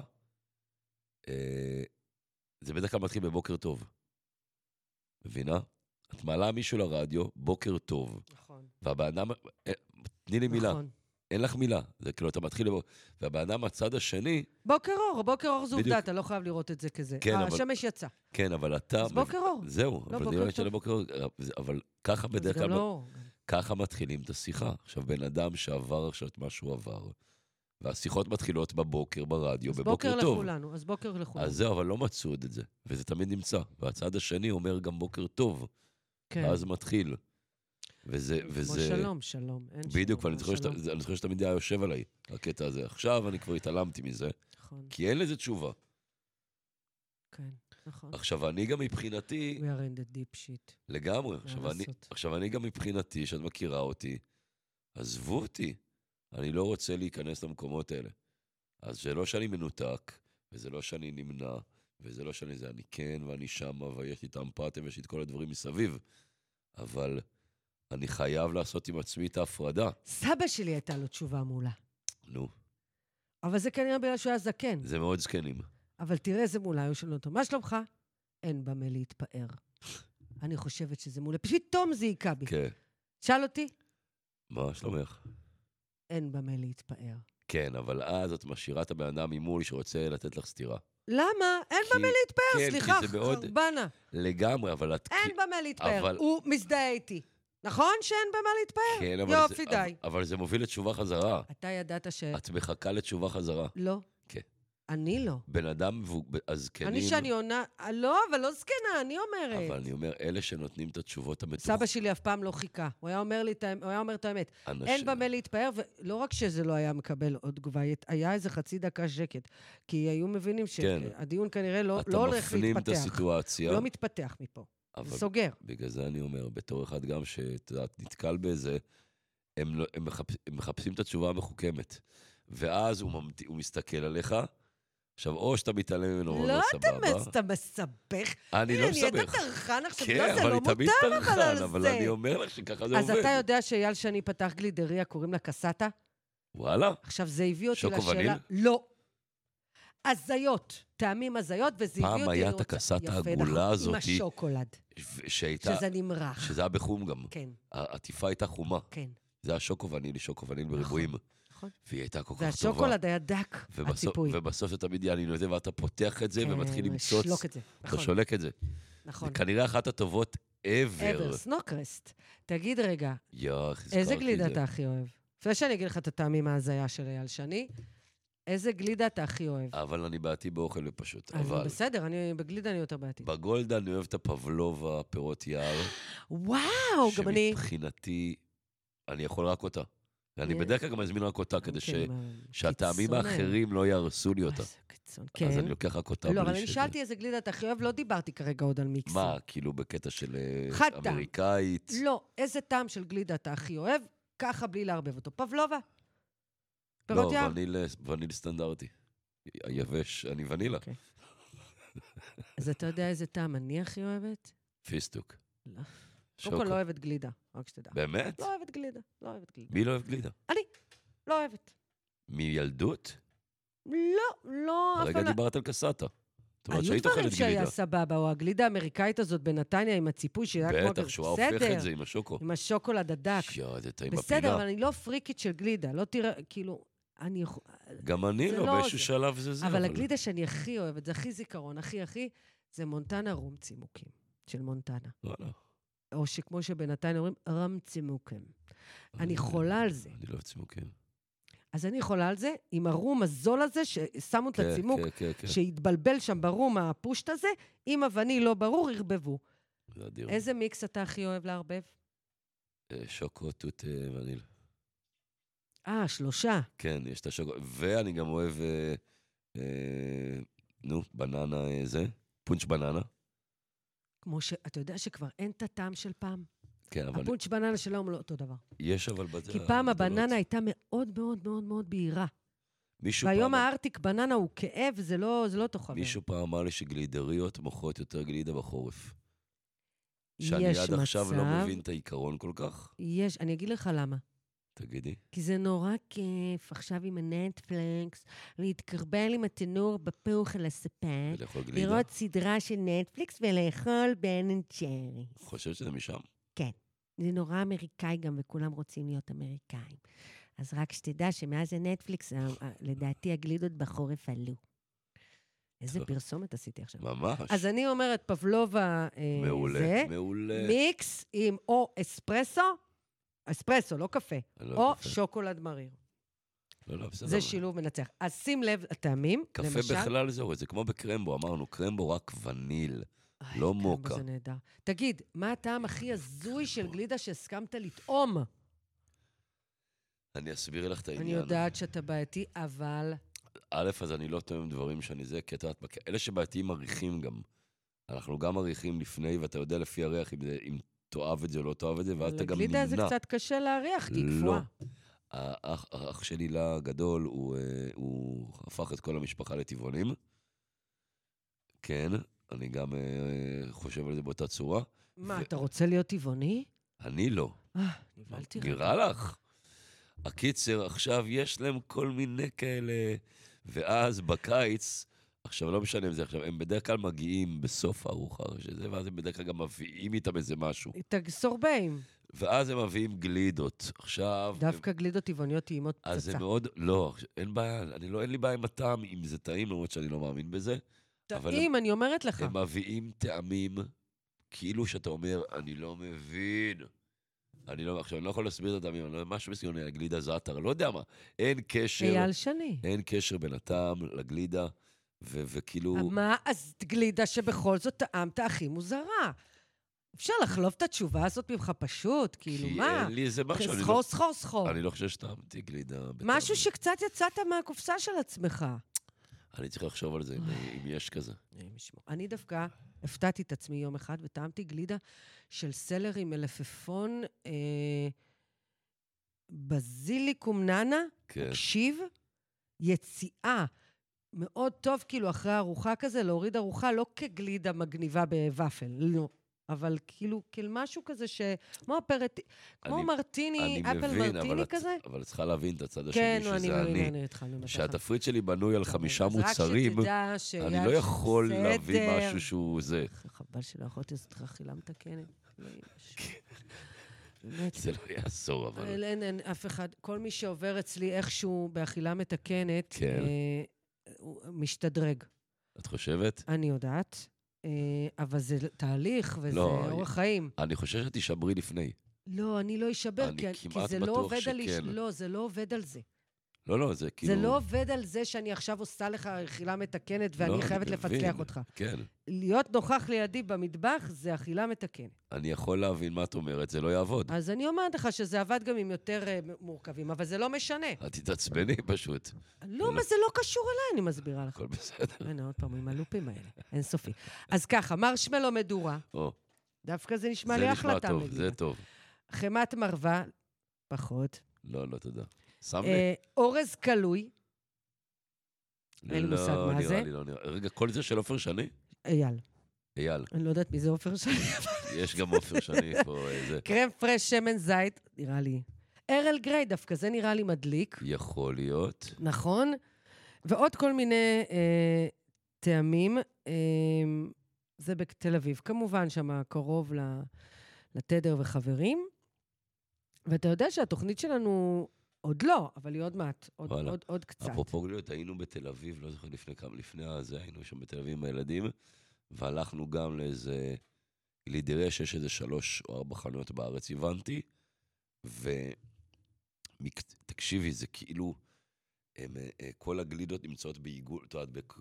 Speaker 2: אה, זה בדרך כלל מתחיל בבוקר טוב. מבינה? את מעלה מישהו לרדיו, בוקר טוב.
Speaker 3: נכון.
Speaker 2: והבן אדם, אה, תני לי מילה,
Speaker 3: נכון.
Speaker 2: אין לך מילה. זה כאילו, אתה מתחיל לבוא, והבן אדם הצד השני,
Speaker 3: בוקר אור, בוקר אור זו עובדה,
Speaker 2: בדיוק.
Speaker 3: אתה לא חייב לראות את זה כזה.
Speaker 2: כן,
Speaker 3: אה,
Speaker 2: אבל-
Speaker 3: השמש יצאה.
Speaker 2: כן, אבל אתה...
Speaker 3: אז בוקר אור.
Speaker 2: זהו, אבל לא
Speaker 3: בוקר
Speaker 2: נראה לי שלא
Speaker 3: טוב.
Speaker 2: בוקר, אבל ככה
Speaker 3: אבל זה
Speaker 2: בדרך
Speaker 3: גם
Speaker 2: כלל,
Speaker 3: לא אור.
Speaker 2: ככה מתחילים את השיחה. עכשיו, בן אדם שעבר עכשיו את מה שהוא עבר, והשיחות מתחילות בבוקר ברדיו,
Speaker 3: אז
Speaker 2: בבוקר
Speaker 3: בוקר
Speaker 2: טוב.
Speaker 3: לכולנו, אז בוקר לכולנו.
Speaker 2: אז זהו, אבל לא מצאו עוד את זה, וזה תמיד נמצא. והצד השני אומר גם בוקר טוב,
Speaker 3: כן.
Speaker 2: ואז מתחיל. וזה,
Speaker 3: כמו
Speaker 2: וזה...
Speaker 3: שלום, שלום, אין שלום.
Speaker 2: בדיוק, ואני
Speaker 3: אין
Speaker 2: זוכר
Speaker 3: שלום.
Speaker 2: שת- זה- אני זוכר שתמיד היה יושב עליי, הקטע הזה. עכשיו אני כבר התעלמתי מזה,
Speaker 3: נכון,
Speaker 2: כי אין לזה תשובה.
Speaker 3: כן, נכון.
Speaker 2: עכשיו, אני גם מבחינתי,
Speaker 3: We are in the deep shit.
Speaker 2: לגמרי, עכשיו אני,
Speaker 3: לעשות?
Speaker 2: עכשיו אני גם מבחינתי, שאת מכירה אותי, עזבו אותי, אני לא רוצה להיכנס למקומות האלה. אז זה לא שאני מנותק, וזה לא שאני נמנע, וזה לא שאני זה, אני כן ואני שמה, ויש לי את האמפתיה ויש לי את כל הדברים מסביב, אבל אני חייב לעשות עם עצמי את ההפרדה.
Speaker 3: סבא שלי הייתה לו תשובה מעולה,
Speaker 2: נו,
Speaker 3: אבל זה כנראה בגלל שהוא היה זקן.
Speaker 2: זה מאוד זקנים.
Speaker 3: אבל תראה איזה מעולה, היו שואלים אותו, מה שלומך? אין במה להתפאר. [laughs] אני חושבת שזה מעולה. פתאום זה היכה בי.
Speaker 2: כן,
Speaker 3: שאל אותי,
Speaker 2: מה שלומך?
Speaker 3: אין במה להתפאר.
Speaker 2: כן, אבל אז את משאירה את הבן אדם ממול שרוצה לתת לך סטירה.
Speaker 3: למה? אין
Speaker 2: כי-
Speaker 3: במה להתפאר,
Speaker 2: כן,
Speaker 3: סליחה,
Speaker 2: כי זה מאוד...
Speaker 3: חרבנה.
Speaker 2: לגמרי, אבל את...
Speaker 3: אין במה להתפאר.
Speaker 2: אבל-
Speaker 3: הוא מזדהה איתי. נכון שאין במה להתפאר?
Speaker 2: כן, אבל
Speaker 3: יופי,
Speaker 2: זה,
Speaker 3: די. אה.
Speaker 2: אבל, אבל זה מוביל לתשובה חזרה.
Speaker 3: אתה ידעת ש...
Speaker 2: את מחכה לתשובה חזרה.
Speaker 3: לא.
Speaker 2: כן.
Speaker 3: אני לא.
Speaker 2: בן אדם מבוג... הזקנים...
Speaker 3: אני שאני עונה... אה, לא, אבל לא זקנה, אני אומרת.
Speaker 2: אבל אני אומר, אלה שנותנים את התשובות המתוחות...
Speaker 3: סבא שלי אף פעם לא חיכה. הוא היה אומר לי את האמת, הוא היה אומר את האמת.
Speaker 2: לא
Speaker 3: אין במה להתפאר, ולא רק שזה לא היה מקבל עוד תגובה, הי- היה איזה חצי דקה שקט. כי היו מבינים
Speaker 2: כן.
Speaker 3: שהדיון כנראה לא
Speaker 2: אתה
Speaker 3: לא הולך
Speaker 2: מפנים את
Speaker 3: להתפתח.
Speaker 2: הסיטואציה,
Speaker 3: לא מתפתח מפה.
Speaker 2: אבל
Speaker 3: זה סוגר.
Speaker 2: בגלל זה אני אומר, בתור אחד גם שאת יודעת, נתקל באיזה, הם, לא, הם, מחפש, הם מחפשים את התשובה המחוכמת. ואז הוא, ממת... הוא מסתכל עליך, עכשיו, או שאתה מתעלם ממנו, או
Speaker 3: לא,
Speaker 2: לא
Speaker 3: אתה
Speaker 2: סבבה.
Speaker 3: מס- אתה מסבך.
Speaker 2: אני לא
Speaker 3: אני אתה
Speaker 2: מסבך.
Speaker 3: כן, טרחן עכשיו,
Speaker 2: כן,
Speaker 3: לא, זה
Speaker 2: אבל
Speaker 3: לא
Speaker 2: אני תמיד
Speaker 3: מותר אבל
Speaker 2: טרחן,
Speaker 3: על
Speaker 2: אבל אני
Speaker 3: זה.
Speaker 2: אומר לך שככה זה
Speaker 3: אז
Speaker 2: עובד.
Speaker 3: אתה יודע שאייל שני פתח גלידריה, קוראים לה קסטה?
Speaker 2: וואלה,
Speaker 3: עכשיו, זה הביא אותי
Speaker 2: שוקו
Speaker 3: לשאלה...
Speaker 2: וניל?
Speaker 3: לא. הזיות, טעמים הזיות, וזה
Speaker 2: פעם
Speaker 3: הביא אותי...
Speaker 2: היה
Speaker 3: אני
Speaker 2: את
Speaker 3: רוצה-
Speaker 2: הקסטה
Speaker 3: יפה,
Speaker 2: העגולה
Speaker 3: נכון, עם
Speaker 2: הזאתי.
Speaker 3: השוקולד,
Speaker 2: ו- שהייתה,
Speaker 3: שזה נמרח.
Speaker 2: שזה היה בחום גם.
Speaker 3: כן,
Speaker 2: העטיפה הייתה חומה.
Speaker 3: כן.
Speaker 2: זה היה שוקו וניל, שוקו וניל בריבועים.
Speaker 3: נכון.
Speaker 2: והיא הייתה כל כך טובה.
Speaker 3: והשוקולד היה דק,
Speaker 2: ובסוף-
Speaker 3: הציפוי.
Speaker 2: ובסוף זה תמיד יעני נוטה, ואתה פותח את זה
Speaker 3: כן,
Speaker 2: ומתחיל למצוץ.
Speaker 3: שלוק את זה.
Speaker 2: אתה
Speaker 3: נכון,
Speaker 2: שולק את זה.
Speaker 3: נכון.
Speaker 2: זה כנראה אחת הטובות ever.
Speaker 3: אבר, סנוקרסט. תגיד רגע,
Speaker 2: יואו, איך הזכרתי
Speaker 3: איזה
Speaker 2: את
Speaker 3: גלידה
Speaker 2: זה.
Speaker 3: אתה הכי אוהב? לפני שאני אגיד לך את הטעמים ההזיה של אייל שני, איזה גלידה אתה הכי אוהב?
Speaker 2: אבל אני בעייתי באוכל ופשוט.
Speaker 3: אבל
Speaker 2: אבל
Speaker 3: בסדר, אני, בגלידה אני יותר בעייתית.
Speaker 2: בגולדה אני אוהב את הפבלובה, פירות יער.
Speaker 3: וואו, אה, גם אני...
Speaker 2: שמבחינתי, אני יכול רק אותה. ואני
Speaker 3: אה.
Speaker 2: בדרך כלל גם מזמין רק אותה, כדי ש-
Speaker 3: כן, מה,
Speaker 2: שהטעמים
Speaker 3: קיצון,
Speaker 2: האחרים לא יהרסו לי
Speaker 3: וואי,
Speaker 2: אותה.
Speaker 3: איזה קיצון,
Speaker 2: אז
Speaker 3: כן.
Speaker 2: אני לוקח רק אותה.
Speaker 3: לא,
Speaker 2: בלי
Speaker 3: אבל אני
Speaker 2: שזה.
Speaker 3: שאלתי איזה גלידה אתה הכי אוהב, לא דיברתי כרגע עוד על מיקסים.
Speaker 2: מה, כאילו בקטע של אה,
Speaker 3: חד טעם.
Speaker 2: אמריקאית?
Speaker 3: לא, איזה טעם של גלידה אתה הכי אוהב, ככה בלי לערבב אותו. פבלובה. פירות
Speaker 2: לא,
Speaker 3: יער. כן.
Speaker 2: וניל- וניל סטנדרטי. היבש, אני ונילה.
Speaker 3: אוקיי. אז אתה יודע איזה טעם אני הכי אוהבת?
Speaker 2: פיסטוק.
Speaker 3: לא. קודם
Speaker 2: שוקו.
Speaker 3: כל לא אוהבת גלידה, רק שתדע.
Speaker 2: באמת?
Speaker 3: לא אוהבת גלידה, לא אוהבת גלידה.
Speaker 2: מי לא אוהב גלידה?
Speaker 3: לא אוהבת.
Speaker 2: מילדות?
Speaker 3: לא, לא, אף
Speaker 2: הרגע
Speaker 3: פעם לא...
Speaker 2: דיברת על קסטה. זאת אומרת
Speaker 3: היו
Speaker 2: שהיית אוכלת
Speaker 3: דברים
Speaker 2: גלידה.
Speaker 3: שהיה סבבה, או הגלידה האמריקאית הזאת בנתניה עם הציפוי, שהיה כמו...
Speaker 2: בטח, שהוא היה הופך את
Speaker 3: בסדר,
Speaker 2: זה עם השוקו.
Speaker 3: עם השוקולד הדק.
Speaker 2: יואו, זה טעים
Speaker 3: בסדר, אבל
Speaker 2: בפינה.
Speaker 3: אני לא פריקית של גלידה, לא תראה, כאילו, אני... יכול-
Speaker 2: גם אני
Speaker 3: זה
Speaker 2: לא,
Speaker 3: לא
Speaker 2: באיזשהו
Speaker 3: זה.
Speaker 2: שלב זה זה.
Speaker 3: אבל הגלידה שאני הכי אוהבת, זה הכי זיכרון, הכי הכי, זה מונטנה רום צימוקים של מונטנה.
Speaker 2: וואלה.
Speaker 3: או שכמו שבנתניה אומרים, רם צימוקים. אני
Speaker 2: אה,
Speaker 3: חולה על זה.
Speaker 2: אני לא אוהב צימוקים.
Speaker 3: אז אני יכולה על זה, עם הרום הזול הזה, ששמו את
Speaker 2: כן,
Speaker 3: הצימוק,
Speaker 2: כן, כן, כן.
Speaker 3: שהתבלבל שם ברום הפושט הזה, עם הווניל לא ברור, ערבבו.
Speaker 2: כן. זה אדיר.
Speaker 3: איזה מיקס אתה הכי אוהב לערבב?
Speaker 2: אה, שוקו, תות אה, וניל.
Speaker 3: אה, שלושה.
Speaker 2: כן, יש את השוקו. ואני גם אוהב, אה, אה, נו, בננה אה, זה, פונץ' בננה.
Speaker 3: כמו שאתה יודע שכבר אין את הטעם של פעם.
Speaker 2: כן, אבל לא
Speaker 3: הפונץ' בננה של היום לא אותו דבר.
Speaker 2: יש אבל בזה...
Speaker 3: כי פעם הבננה הייתה מאוד מאוד מאוד מאוד בהירה. והיום הארטיק בננה הוא כאב, זה לא, זה לא תאכל.
Speaker 2: מישהו פעם אמר לי שגלידריות מוכרות יותר גלידה בחורף. שאני
Speaker 3: יש
Speaker 2: עד עכשיו לא
Speaker 3: מצב-
Speaker 2: מבין את העיקרון כל כך.
Speaker 3: יש, אני אגיד לך למה.
Speaker 2: תגידי.
Speaker 3: כי זה נורא כיף עכשיו עם הנטפליקס, להתקרבל עם התנור בפוך על הספה,
Speaker 2: ולאכול גלידה.
Speaker 3: לראות סדרה של נטפליקס ולאכול בן אנד ג'רי.
Speaker 2: חושבת שזה משם?
Speaker 3: זה נורא אמריקאי גם, וכולם רוצים להיות אמריקאים. אז רק שתדע שמאז הנטפליקס, ה- ה- לדעתי הגלידות בחורף עלו. איזה
Speaker 2: טוב.
Speaker 3: פרסומת עשיתי עכשיו.
Speaker 2: ממש.
Speaker 3: אז אני אומרת, פבלובה אה,
Speaker 2: מעולה,
Speaker 3: זה,
Speaker 2: מעולה.
Speaker 3: מיקס עם או אספרסו, אספרסו, לא קפה,
Speaker 2: אני לא
Speaker 3: או
Speaker 2: קפה.
Speaker 3: שוקולד מריר.
Speaker 2: לא, לא, בסדר.
Speaker 3: זה שילוב מנצח. אז שים לב לטעמים,
Speaker 2: קפה
Speaker 3: למשל...
Speaker 2: בכלל זהו, זה כמו בקרמבו, אמרנו, קרמבו רק וניל.
Speaker 3: איי,
Speaker 2: לא
Speaker 3: קרמבו
Speaker 2: מוקה. אה,
Speaker 3: זה אה, נהדר. תגיד, מה הטעם הכי הזוי של גלידה שהסכמת לטעום?
Speaker 2: אני אסביר לך את העניין.
Speaker 3: אני יודעת שאתה בעייתי, אבל...
Speaker 2: א', אז אני לא תואם דברים שאני זה, כי את יודעת, בק- אלה שבעייתיים עריכים גם. אנחנו גם עריכים לפני, ואתה יודע לפי הריח אם, זה- אם תאהב את זה או לא תאהב את זה, ואז אתה גם נמנע.
Speaker 3: לגלידה זה קצת קשה להריח, כי היא קפואה.
Speaker 2: לא. האח, האח שלי לגדול, הוא, אה, הוא הפך את כל המשפחה לטבעונים. כן, אני גם אה, חושב על זה באותה צורה.
Speaker 3: מה,
Speaker 2: ו-
Speaker 3: אתה רוצה להיות טבעוני?
Speaker 2: אני לא.
Speaker 3: אה, נבהלתי. רגע.
Speaker 2: נראה לך? הקיצר, עכשיו יש להם כל מיני כאלה, ואז בקיץ, עכשיו לא משנה אם זה עכשיו, הם בדרך כלל מגיעים בסוף הארוחה, או שזה, ואז הם בדרך כלל גם מביאים איתם איזה משהו.
Speaker 3: את סורביים.
Speaker 2: ואז הם מביאים גלידות. עכשיו... הם-
Speaker 3: דווקא גלידות טבעוניות טעימות
Speaker 2: אז זה
Speaker 3: פצצה.
Speaker 2: מאוד, לא, אין בעיה, אני לא, אין לי בעיה עם הטעם, אם זה טעים, למרות שאני לא מאמין בזה. אבל
Speaker 3: טעים, אני אומרת לך.
Speaker 2: הם מביאים טעמים, כאילו שאתה אומר, אני לא מבין. אני לא, עכשיו, אני לא יכול להסביר את הטעמים, אני לא, משהו בסגנון הגלידה זעתר, לא יודע מה. אין קשר,
Speaker 3: אייל שני.
Speaker 2: אין קשר בין הטעם לגלידה, ו- וכאילו,
Speaker 3: אה, מה אז גלידה שבכל זאת טעמת הכי מוזרה? אפשר לחלוף את התשובה הזאת ממך פשוט? כאילו,
Speaker 2: כי
Speaker 3: מה?
Speaker 2: אין לי איזה משהו, אני
Speaker 3: סחור,
Speaker 2: לא,
Speaker 3: סחור, סחור.
Speaker 2: אני לא חושב שטעמתי גלידה. בטעם.
Speaker 3: משהו שקצת יצאת מהקופסה של עצמך.
Speaker 2: אני צריך לחשוב על זה, אם, אם יש כזה.
Speaker 3: אלוהים ישמור. אה, אני דווקא הפתעתי את עצמי יום אחד וטעמתי גלידה של סלרי מלפפון, אה, בזיליקום ננה,
Speaker 2: כן.
Speaker 3: תקשיב, יציאה. מאוד טוב, כאילו, אחרי ארוחה כזה, להוריד ארוחה לא כגלידה מגניבה בוואפל, לא. אבל כאילו, כאל משהו כזה ש... כמו הפרט... כמו
Speaker 2: אני-
Speaker 3: מרטיני,
Speaker 2: אני
Speaker 3: אפל
Speaker 2: מבין, אבל
Speaker 3: מרטיני
Speaker 2: את-
Speaker 3: כזה.
Speaker 2: אבל את צריכה להבין את הצד השני,
Speaker 3: כן,
Speaker 2: שזה
Speaker 3: נו, אני מבינה,
Speaker 2: אני.
Speaker 3: אני התחלנו עם התחת.
Speaker 2: שהתפריט שלי בנוי על חמישה מוצרים,
Speaker 3: אז רק כן, שתדע שיש...
Speaker 2: אני לא יכול להביא
Speaker 3: בסדר.
Speaker 2: משהו שהוא זה.
Speaker 3: חבל שלא יכולתי לעשות לך אכילה מתקנת. אלוהים ישמור. באמת,
Speaker 2: כן. זה לא יעזור, אבל...
Speaker 3: אבל אין, אין אף אחד, כל מי שעובר אצלי איכשהו באכילה מתקנת,
Speaker 2: כן.
Speaker 3: אה, הוא משתדרג,
Speaker 2: את חושבת?
Speaker 3: אני יודעת, אה, אבל זה תהליך וזה
Speaker 2: לא,
Speaker 3: אורח חיים.
Speaker 2: אני חושב שאת תישברי לפני.
Speaker 3: לא, אני לא אשבר,
Speaker 2: אני
Speaker 3: כי, כי
Speaker 2: כמעט
Speaker 3: זה לא
Speaker 2: בטוח
Speaker 3: עובד על... איש-
Speaker 2: שכן.
Speaker 3: לא, זה לא עובד על זה.
Speaker 2: לא, לא, זה
Speaker 3: זה
Speaker 2: כאילו...
Speaker 3: לא עובד על זה שאני עכשיו עושה לך אכילה מתקנת
Speaker 2: לא,
Speaker 3: ואני
Speaker 2: אני
Speaker 3: חייבת
Speaker 2: מבין.
Speaker 3: לפצלח אותך.
Speaker 2: כן.
Speaker 3: להיות נוכח לידי במטבח זה אכילה מתקנת.
Speaker 2: אני יכול להבין מה את אומרת, זה לא יעבוד.
Speaker 3: אז אני אומרת לך שזה עבד גם עם יותר אה, מורכבים, אבל זה לא משנה.
Speaker 2: את תתעצבני פשוט.
Speaker 3: לא, מה זה לא קשור אליי, אני מסבירה לך.
Speaker 2: הכל בסדר.
Speaker 3: הנה, עוד פעם, עם הלופים האלה, אינסופי. אז ככה, מרשמלו מדורה,
Speaker 2: או,
Speaker 3: דווקא זה נשמע
Speaker 2: זה
Speaker 3: לי
Speaker 2: נשמע
Speaker 3: החלטה
Speaker 2: טוב, זה טוב.
Speaker 3: חמת מרווה, פחות.
Speaker 2: לא, לא, תודה. שמת?
Speaker 3: אה, אורז כלוי, אין לי מושג מה
Speaker 2: לא,
Speaker 3: זה.
Speaker 2: נראה לי, לא נראה. רגע, כל זה של עופר שני?
Speaker 3: אייל.
Speaker 2: אייל,
Speaker 3: אני לא יודעת מי זה עופר שלי.
Speaker 2: יש גם עופר שני פה, אה, איזה...
Speaker 3: [laughs] קרם פרש, שמן זית, נראה לי. ארל גריי דווקא, זה נראה לי מדליק,
Speaker 2: יכול להיות.
Speaker 3: נכון? ועוד כל מיני אה, טעמים. אה, זה בתל אביב, כמובן, שם קרוב ל- לתדר וחברים. ואתה יודע שהתוכנית שלנו עוד לא, אבל היא עוד מעט, עוד,
Speaker 2: וואלה.
Speaker 3: עוד, עוד קצת.
Speaker 2: אפרופו גלויות, היינו בתל אביב, לא זוכר לפני כמה, לפני הזה, היינו שם בתל אביב עם הילדים, והלכנו גם לאיזה... לידירי שיש איזה שלוש או ארבע חנויות בארץ, הבנתי. ו... מק- תקשיבי, זה כאילו... הם, אה, אה, כל הגלידות נמצאות בעיגול, את יודעת, בק-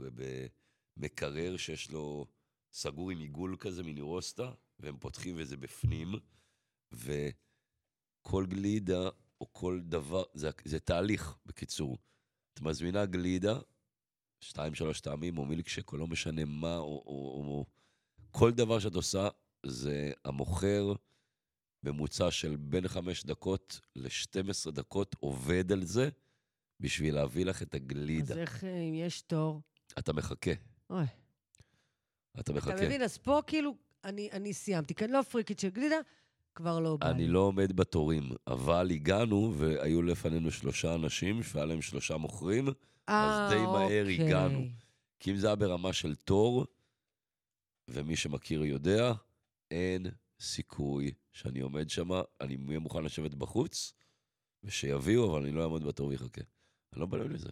Speaker 2: במקרר שיש לו סגור עם עיגול כזה מנירוסטה, והם פותחים וזה בפנים, וכל גלידה או כל דבר, זה, זה תהליך, בקיצור. את מזמינה גלידה, שתיים, שלוש טעמים, או מילקשק, או לא משנה מה, או, או, או כל דבר שאת עושה, זה המוכר, ממוצע של בין חמש דקות ל-12 דקות, עובד על זה בשביל להביא לך את הגלידה.
Speaker 3: אז איך, אה, אם יש תור?
Speaker 2: אתה מחכה,
Speaker 3: אוי.
Speaker 2: אתה מחכה.
Speaker 3: אתה מבין? אז פה כאילו, אני, אני סיימתי, כי אני לא פריקית של גלידה, כבר לא בא לי.
Speaker 2: אני לא עומד בתורים, אבל הגענו, והיו לפנינו שלושה אנשים, שהיה להם שלושה מוכרים, אז
Speaker 3: אה,
Speaker 2: די מהר
Speaker 3: אוקיי.
Speaker 2: הגענו. כי אם זה היה ברמה של תור, ומי שמכיר יודע, אין סיכוי שאני עומד שם, אני אהיה מוכן לשבת בחוץ, ושיביאו, אבל אני לא אעמוד בתור ויחכה. אני לא בלב לזה.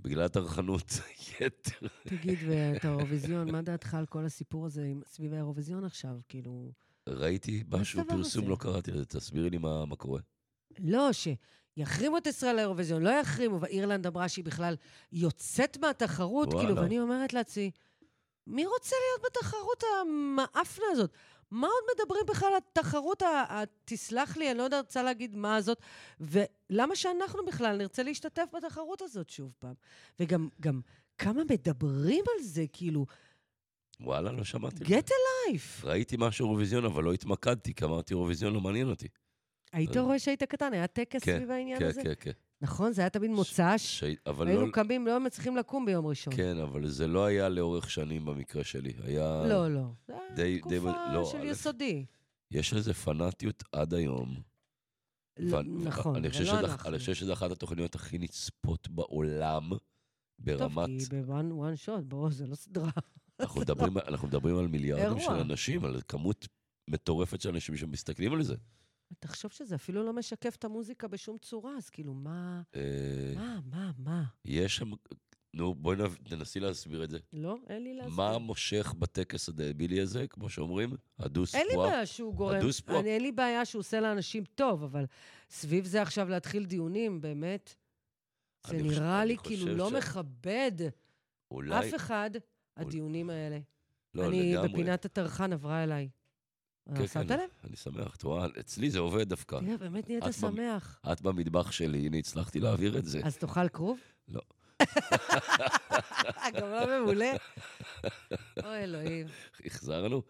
Speaker 2: בגלל הטרחנות [laughs] יתר.
Speaker 3: תגיד, ואת האירוויזיון, מה דעתך על כל הסיפור הזה עם- סביב האירוויזיון עכשיו? כאילו...
Speaker 2: ראיתי
Speaker 3: זה
Speaker 2: משהו,
Speaker 3: הדבר
Speaker 2: פרסום,
Speaker 3: הזה?
Speaker 2: לא קראתי לזה, תסבירי לי מה מה קורה.
Speaker 3: לא, שיחרימו את ישראל לאירוויזיון, לא יחרימו, ואירלנד אמרה שהיא בכלל יוצאת מהתחרות,
Speaker 2: וואלה.
Speaker 3: כאילו, ואני אומרת לעצמי, מי רוצה להיות בתחרות המאפנה הזאת? מה עוד מדברים בכלל על התחרות ה... ה- תסלח לי, אני לא יודעת, רוצה להגיד מה הזאת, ולמה שאנחנו בכלל נרצה להשתתף בתחרות הזאת שוב פעם? וגם גם כמה מדברים על זה, כאילו,
Speaker 2: וואלה, לא שמעתי. על
Speaker 3: get
Speaker 2: זה.
Speaker 3: life.
Speaker 2: ראיתי משהו אירוויזיון, אבל לא התמקדתי, כי אמרתי אירוויזיון לא מעניין אותי.
Speaker 3: היית
Speaker 2: אה.
Speaker 3: רואה שהיית קטן, היה טקס
Speaker 2: כן,
Speaker 3: סביב העניין
Speaker 2: כן,
Speaker 3: הזה?
Speaker 2: כן, כן.
Speaker 3: נכון, זה היה תמיד מוצ"ש.
Speaker 2: ש- אבל לא...
Speaker 3: היינו קמים, לא מצליחים לקום ביום ראשון.
Speaker 2: כן, אבל זה לא היה לאורך שנים במקרה שלי. היה...
Speaker 3: לא, לא.
Speaker 2: אה, די-
Speaker 3: די,
Speaker 2: די-
Speaker 3: די,
Speaker 2: לא,
Speaker 3: תקופה של
Speaker 2: א',
Speaker 3: יסודי.
Speaker 2: יש איזה פנאטיות עד היום.
Speaker 3: לא,
Speaker 2: ואני-
Speaker 3: נכון,
Speaker 2: אני חושב
Speaker 3: זה לא
Speaker 2: שזה-
Speaker 3: אנחנו.
Speaker 2: אני חושב שזו אחת התוכניות הכי נצפות בעולם,
Speaker 3: טוב,
Speaker 2: ברמת...
Speaker 3: כי בוואן וואן שוט, בואו, זה לא סדרה. [laughs]
Speaker 2: אנחנו מדברים- אנחנו מדברים על מיליארדים של
Speaker 3: אירוע.
Speaker 2: אנשים, על כמות מטורפת של אנשים שמסתכלים על זה.
Speaker 3: תחשוב שזה אפילו לא משקף את המוזיקה בשום צורה, אז כאילו, מה,
Speaker 2: אה,
Speaker 3: מה, מה, מה?
Speaker 2: יש שם... נו, בואי נב- תנסי להסביר את זה.
Speaker 3: לא, אין לי להסביר.
Speaker 2: מה מושך בטקס הדבילי הזה, כמו שאומרים? הדוס
Speaker 3: אין לי
Speaker 2: פואה.
Speaker 3: בעיה שהוא גורם,
Speaker 2: הדוס פואה.
Speaker 3: אני, אין לי בעיה שהוא עושה לאנשים טוב, אבל סביב זה עכשיו להתחיל דיונים, באמת, זה
Speaker 2: אני חושב-
Speaker 3: נראה
Speaker 2: אני
Speaker 3: לי
Speaker 2: חושב
Speaker 3: כאילו לא
Speaker 2: ש-
Speaker 3: מכבד
Speaker 2: אולי...
Speaker 3: אף אחד, הדיונים האלה.
Speaker 2: לא,
Speaker 3: אני,
Speaker 2: לגמרי.
Speaker 3: בפינת הטרחן עברה אליי.
Speaker 2: כן,
Speaker 3: שמת
Speaker 2: כן,
Speaker 3: לב?
Speaker 2: אני שמח, את רואה? אצלי זה עובד דווקא.
Speaker 3: תראה, באמת נהיית
Speaker 2: את ממ-
Speaker 3: שמח.
Speaker 2: את במטבח שלי, הנה, הצלחתי להעביר את זה.
Speaker 3: אז תאכל כרוב?
Speaker 2: לא.
Speaker 3: גם לא מעולה. אוי, אלוהים.
Speaker 2: החזרנו.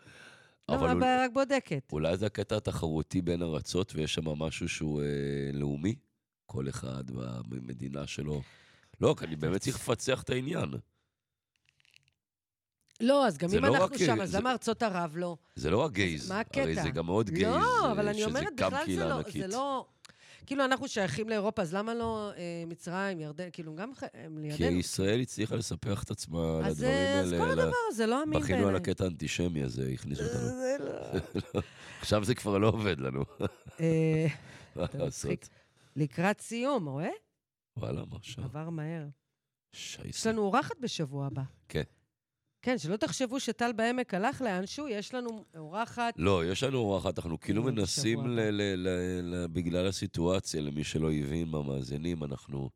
Speaker 2: אבל
Speaker 3: לא,
Speaker 2: אולי-
Speaker 3: הבעיה רק בודקת.
Speaker 2: אולי זה הקטע התחרותי בין ארצות, ויש שם משהו שהוא אה, לאומי. כל אחד במדינה שלו. לא, כי אני באמת צריך לפצח את העניין.
Speaker 3: לא, אז גם
Speaker 2: זה
Speaker 3: אם
Speaker 2: לא
Speaker 3: אנחנו
Speaker 2: רק,
Speaker 3: שם,
Speaker 2: אה,
Speaker 3: אז
Speaker 2: זה-
Speaker 3: למה ארצות ערב לא?
Speaker 2: זה לא רק גייז.
Speaker 3: מה הקטע?
Speaker 2: הרי זה גם מאוד גייז.
Speaker 3: לא,
Speaker 2: אה,
Speaker 3: אבל אני
Speaker 2: שזה
Speaker 3: אומרת,
Speaker 2: גם
Speaker 3: בכלל זה
Speaker 2: קהילה
Speaker 3: לא,
Speaker 2: ענקית.
Speaker 3: זה לא... כאילו, אנחנו שייכים לאירופה, אז למה לא אה, מצרים, ירדן, כאילו, גם ח- הם
Speaker 2: כי
Speaker 3: לידינו.
Speaker 2: ישראל הצליחה לספח את עצמה
Speaker 3: אז,
Speaker 2: לדברים
Speaker 3: אה,
Speaker 2: האלה.
Speaker 3: אז כל
Speaker 2: ל-
Speaker 3: הדבר הזה לא אמין בעיניי.
Speaker 2: בכינו על הקטע האנטישמי הזה, הכניסו אותנו.
Speaker 3: זה לא...
Speaker 2: עכשיו זה כבר לא עובד לנו,
Speaker 3: אה,
Speaker 2: מה
Speaker 3: אתה מצחיק.
Speaker 2: [laughs] לעשות?
Speaker 3: לקראת סיום, רואה?
Speaker 2: וואלה, מה שם?
Speaker 3: עבר מהר. יש
Speaker 2: שייסה.
Speaker 3: לנו אורחת בשבוע הבא.
Speaker 2: כן.
Speaker 3: כן, שלא תחשבו שטל בעמק הלך לאנשהו, יש לנו אורחת.
Speaker 2: לא, יש לנו אורחת, אנחנו כאילו
Speaker 3: אה,
Speaker 2: מנסים,
Speaker 3: בשבוע
Speaker 2: ל-
Speaker 3: הבא.
Speaker 2: ל- ל- ל- בגלל הסיטואציה, למי שלא הבין מהמאזינים, אנחנו...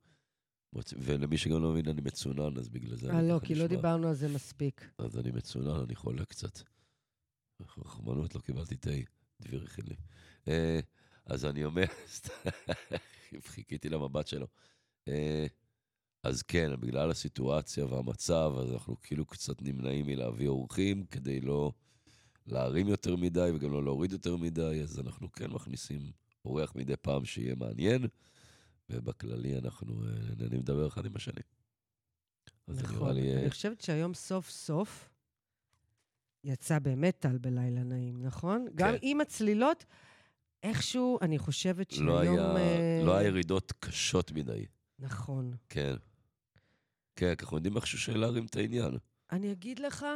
Speaker 2: רוצים- ולמי שגם לא מבין, אני מצונן, אז בגלל זה...
Speaker 3: אה,
Speaker 2: אני
Speaker 3: לא,
Speaker 2: ככה
Speaker 3: כי לא
Speaker 2: נשמע.
Speaker 3: דיברנו על זה מספיק.
Speaker 2: אז אני מצונן, אני חולה קצת. רחמנות, לא קיבלתי תה, דביר הכין לי. אה, אז אני אומר, [laughs] סתם, חיכיתי למבט שלו. אה, אז כן, בגלל הסיטואציה והמצב, אז אנחנו כאילו קצת נמנעים מלהביא אורחים, כדי לא להרים יותר מדי וגם לא להוריד יותר מדי, אז אנחנו כן מכניסים אורח מדי פעם שיהיה מעניין, ובכללי אנחנו אה, נהנים לדבר אחד עם השני. אז זה נראה
Speaker 3: נכון.
Speaker 2: לי... אה,
Speaker 3: אני חושבת שהיום סוף סוף יצא באמת טל בלילה נעים, נכון? כן. גם עם הצלילות, איכשהו, אני חושבת שהיום...
Speaker 2: לא היה,
Speaker 3: אה,
Speaker 2: לא היה ירידות קשות מדי.
Speaker 3: נכון.
Speaker 2: כן. כן, כי אנחנו יודעים איכשהו שלהרים את העניין.
Speaker 3: אני אגיד לך,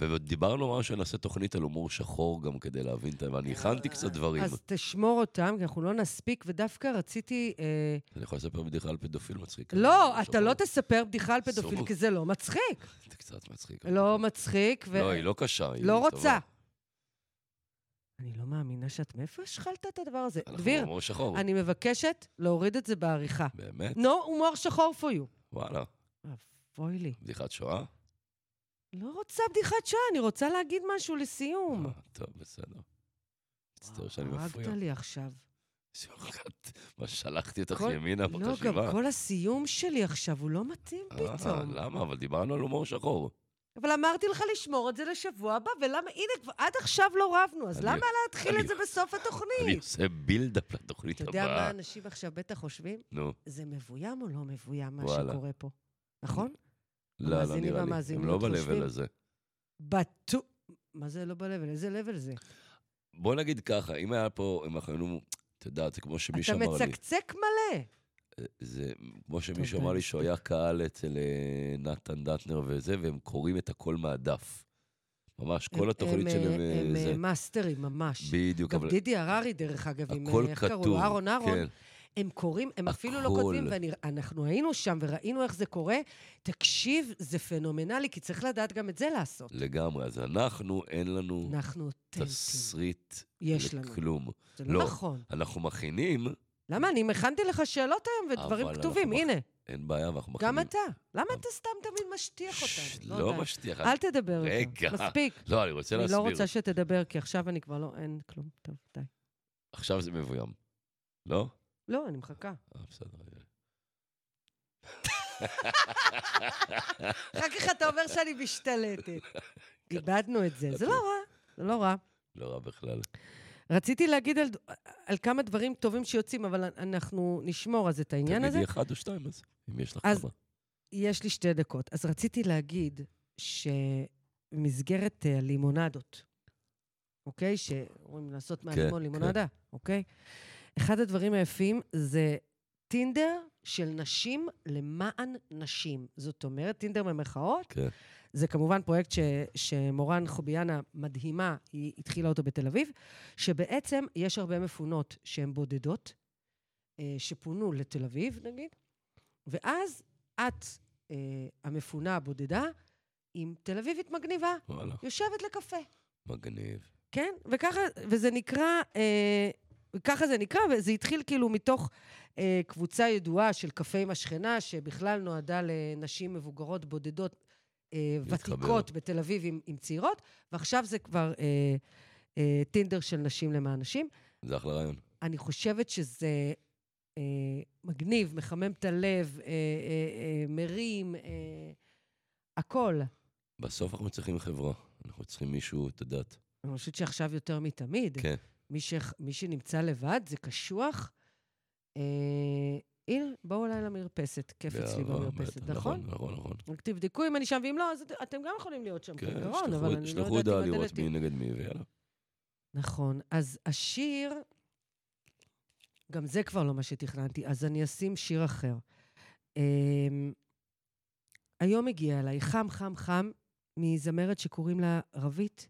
Speaker 2: ודיברנו ממש שנעשה תוכנית על הומור שחור גם כדי להבין את ה... ואני הכנתי קצת דברים.
Speaker 3: אה, אז תשמור אותם, כי אנחנו לא נספיק, ודווקא רציתי... אה,
Speaker 2: אני יכול לספר בדיחה על פדופיל מצחיק.
Speaker 3: לא, אתה
Speaker 2: שחור.
Speaker 3: לא תספר בדיחה על פדופיל,
Speaker 2: אסור.
Speaker 3: כי זה לא מצחיק.
Speaker 2: זה קצת מצחיק.
Speaker 3: לא מצחיק, ו...
Speaker 2: כן. לא, היא לא קשה. היא
Speaker 3: לא
Speaker 2: טובה.
Speaker 3: רוצה. אני לא מאמינה שאת... מאיפה השחלת את הדבר הזה?
Speaker 2: אנחנו לא
Speaker 3: דביר,
Speaker 2: הומור שחור.
Speaker 3: אני מבקשת להוריד את זה בעריכה.
Speaker 2: באמת?
Speaker 3: No הומור שחור for you.
Speaker 2: וואלה.
Speaker 3: אבוי לי.
Speaker 2: בדיחת שואה?
Speaker 3: לא רוצה בדיחת שואה, אני רוצה להגיד משהו לסיום.
Speaker 2: אה, טוב, בסדר. מצטער שאני
Speaker 3: וואו,
Speaker 2: מפריע. [laughs]
Speaker 3: הרגת לי עכשיו.
Speaker 2: סיומת. מה, שלחתי אותך
Speaker 3: כל-
Speaker 2: ימינה
Speaker 3: לא,
Speaker 2: באותה
Speaker 3: גם
Speaker 2: שבעה?
Speaker 3: כל הסיום שלי עכשיו הוא לא מתאים
Speaker 2: אה,
Speaker 3: פתאום.
Speaker 2: למה? אבל דיברנו על הומור שחור.
Speaker 3: אבל אמרתי לך לשמור את זה לשבוע הבא, ולמה, הנה, כבר- עד עכשיו לא רבנו, אז
Speaker 2: אני-
Speaker 3: למה להתחיל
Speaker 2: אני-
Speaker 3: את זה בסוף
Speaker 2: אני
Speaker 3: התוכנית?
Speaker 2: עושה בילדאפ לתוכנית
Speaker 3: אתה יודע מה
Speaker 2: הבאה.
Speaker 3: אנשים עכשיו בטח חושבים?
Speaker 2: נו,
Speaker 3: זה מבוים או לא מבוים מה
Speaker 2: וואלה.
Speaker 3: שקורה פה, נכון?
Speaker 2: לא, לא
Speaker 3: המאזינים
Speaker 2: נראה לי. הם
Speaker 3: והמאזינות
Speaker 2: לא
Speaker 3: חושבים.
Speaker 2: ב-level הזה.
Speaker 3: בטוח. מה זה לא ב-level? איזה level זה?
Speaker 2: בוא נגיד ככה, אם היה פה, אם אנחנו היינו, את יודעת, זה כמו
Speaker 3: אתה
Speaker 2: שמישהו אמר לי, אה,
Speaker 3: מצקצק מלא.
Speaker 2: זה כמו שמישהו
Speaker 3: טוב,
Speaker 2: אמר
Speaker 3: די,
Speaker 2: לי שהוא היה קהל אצל אה, נתן דטנר וזה, והם קוראים את הכל מהדף. ממש,
Speaker 3: הם-
Speaker 2: כל התוכנית
Speaker 3: הם,
Speaker 2: שלהם
Speaker 3: אה,
Speaker 2: אה,
Speaker 3: הם
Speaker 2: זה...
Speaker 3: אה, מאסטרים ממש.
Speaker 2: בדיוק,
Speaker 3: גם
Speaker 2: אבל
Speaker 3: דידי הררי, דרך אגב, עם...
Speaker 2: הכל
Speaker 3: אה, איך קראו
Speaker 2: כתוב.
Speaker 3: לו? אהרון אהרון.
Speaker 2: כן,
Speaker 3: הם קוראים, הם אפילו לא
Speaker 2: הכל.
Speaker 3: כותבים, ואנחנו היינו שם וראינו איך זה קורה. תקשיב, זה פנומנלי, כי צריך לדעת גם את זה לעשות.
Speaker 2: לגמרי. אז אנחנו, אין לנו
Speaker 3: אנחנו אותנטיים.
Speaker 2: תסריט
Speaker 3: כן. יש לנו.
Speaker 2: לכלום.
Speaker 3: זה לא
Speaker 2: לא.
Speaker 3: נכון.
Speaker 2: אנחנו מכינים,
Speaker 3: למה? אני הכנתי לך שאלות היום ודברים
Speaker 2: אבל
Speaker 3: כתובים,
Speaker 2: אנחנו
Speaker 3: הנה,
Speaker 2: אין בעיה, ואנחנו מכינים...
Speaker 3: גם אתה. למה
Speaker 2: אבל-
Speaker 3: אתה סתם תמיד משטיח
Speaker 2: ש-
Speaker 3: אותנו?
Speaker 2: אוקיי, לא
Speaker 3: די.
Speaker 2: משטיח.
Speaker 3: אל תדבר
Speaker 2: רגע.
Speaker 3: יותר. מספיק.
Speaker 2: לא, אני רוצה
Speaker 3: אני
Speaker 2: להסביר.
Speaker 3: לא רוצה שתדבר, כי עכשיו אני כבר לא, אין כלום. טוב, די.
Speaker 2: עכשיו זה מבוים. לא?
Speaker 3: לא, אני מחכה.
Speaker 2: אה, בסדר.
Speaker 3: אחר כך אתה אומר שאני
Speaker 2: [laughs]
Speaker 3: משתלטת. איבדנו את זה. זה לא
Speaker 2: אוקיי.
Speaker 3: רע, זה לא רע.
Speaker 2: לא רע בכלל.
Speaker 3: רציתי להגיד על, על כמה דברים טובים שיוצאים, אבל אנחנו נשמור אז את העניין
Speaker 2: תגידי
Speaker 3: הזה.
Speaker 2: אחד או שתיים אז, אם יש לך
Speaker 3: אז-
Speaker 2: כמה.
Speaker 3: יש לי שתי דקות. אז רציתי להגיד שמסגרת אה, הלימונדות, אוקיי? שאומרים לעשות מהלימון
Speaker 2: כן,
Speaker 3: לימונדה, אוקיי? אחד הדברים היפים זה טינדר של נשים למען נשים. זאת אומרת, טינדר במרכאות,
Speaker 2: כן.
Speaker 3: זה כמובן פרויקט ש, שמורן חוביאנה מדהימה, היא התחילה אותו בתל אביב, שבעצם יש הרבה מפונות שהן בודדות, אה, שפונו לתל אביב, נגיד, ואז את, אה, המפונה הבודדה, עם תל אביבית מגניבה,
Speaker 2: וואלה,
Speaker 3: יושבת לקפה.
Speaker 2: מגניב.
Speaker 3: כן, וככה, וזה נקרא, אה, ככה זה נקרא, וזה התחיל כאילו מתוך אה, קבוצה ידועה של קפה עם השכנה, שבכלל נועדה לנשים מבוגרות בודדות, אה,
Speaker 2: להתחבר.
Speaker 3: ותיקות בתל אביב עם, עם צעירות, ועכשיו זה כבר אה, אה, טינדר של נשים למען נשים.
Speaker 2: זה אחלה רעיון.
Speaker 3: אני חושבת שזה אה, מגניב, מחמם את הלב, אה, אה, אה, מרים, אה, הכל.
Speaker 2: בסוף אנחנו צריכים חברה. אנחנו צריכים מישהו, את יודעת.
Speaker 3: אני חושבת שעכשיו יותר מתמיד.
Speaker 2: כן.
Speaker 3: מי, ש... מי שנמצא לבד, זה קשוח. אה... הנה, בואו אליי למרפסת, כיף אצלי
Speaker 2: באהבה,
Speaker 3: במרפסת,
Speaker 2: בטח,
Speaker 3: נכון?
Speaker 2: נכון, נכון.
Speaker 3: רק תבדקו אם אני שם, ואם לא, אז את- אתם גם יכולים להיות שם,
Speaker 2: כן,
Speaker 3: כעיקרון,
Speaker 2: שלחו-
Speaker 3: אבל אני לא
Speaker 2: שלחו
Speaker 3: יודעת
Speaker 2: הודעה
Speaker 3: אם
Speaker 2: לראות
Speaker 3: הדלת
Speaker 2: מי
Speaker 3: היא...
Speaker 2: נגד מי, ויאללה.
Speaker 3: נכון, אז השיר, גם זה כבר לא מה שתכננתי, אז אני אשים שיר אחר. אמ, היום הגיע אליי חם, חם, חם, מזמרת שקוראים לה רבית,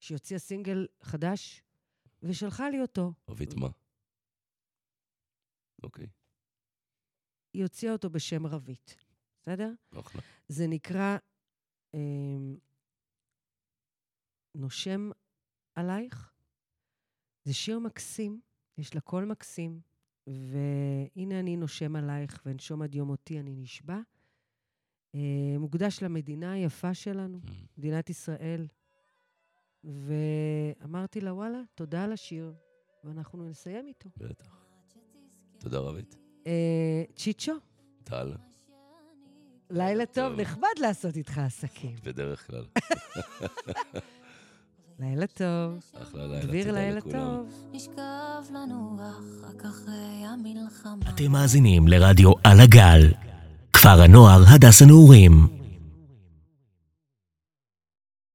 Speaker 3: שהוציאה סינגל חדש, ושלחה לי אותו.
Speaker 2: רבית מה? אוקיי,
Speaker 3: היא הוציאה אותו בשם רבית, בסדר? [laughs]
Speaker 2: אחלה.
Speaker 3: זה נקרא אמ, נושם עלייך. זה שיר מקסים, יש לה קול מקסים, והנה אני נושם עלייך ונשום עד יום מותי אני נשבע. אה, מוקדש למדינה היפה שלנו,
Speaker 2: Mm.
Speaker 3: מדינת ישראל. ואמרתי לה, וואלה, תודה על השיר, ואנחנו נסיים איתו.
Speaker 2: בטח. תודה רבית.
Speaker 3: אה, צ'יצ'ו,
Speaker 2: טל,
Speaker 3: לילה טוב,
Speaker 2: טוב.
Speaker 3: נחמד לעשות איתך עסקים.
Speaker 2: בדרך כלל.
Speaker 3: לילה טוב.
Speaker 2: אחלה לילה.
Speaker 3: דביר
Speaker 2: תודה
Speaker 3: לילה
Speaker 2: לכולם.
Speaker 3: טוב.
Speaker 7: נשכב לנוח רק אחרי המלחמה.
Speaker 1: אתם מאזינים לרדיו על הגל, כפר הנוער הדס הנעורים.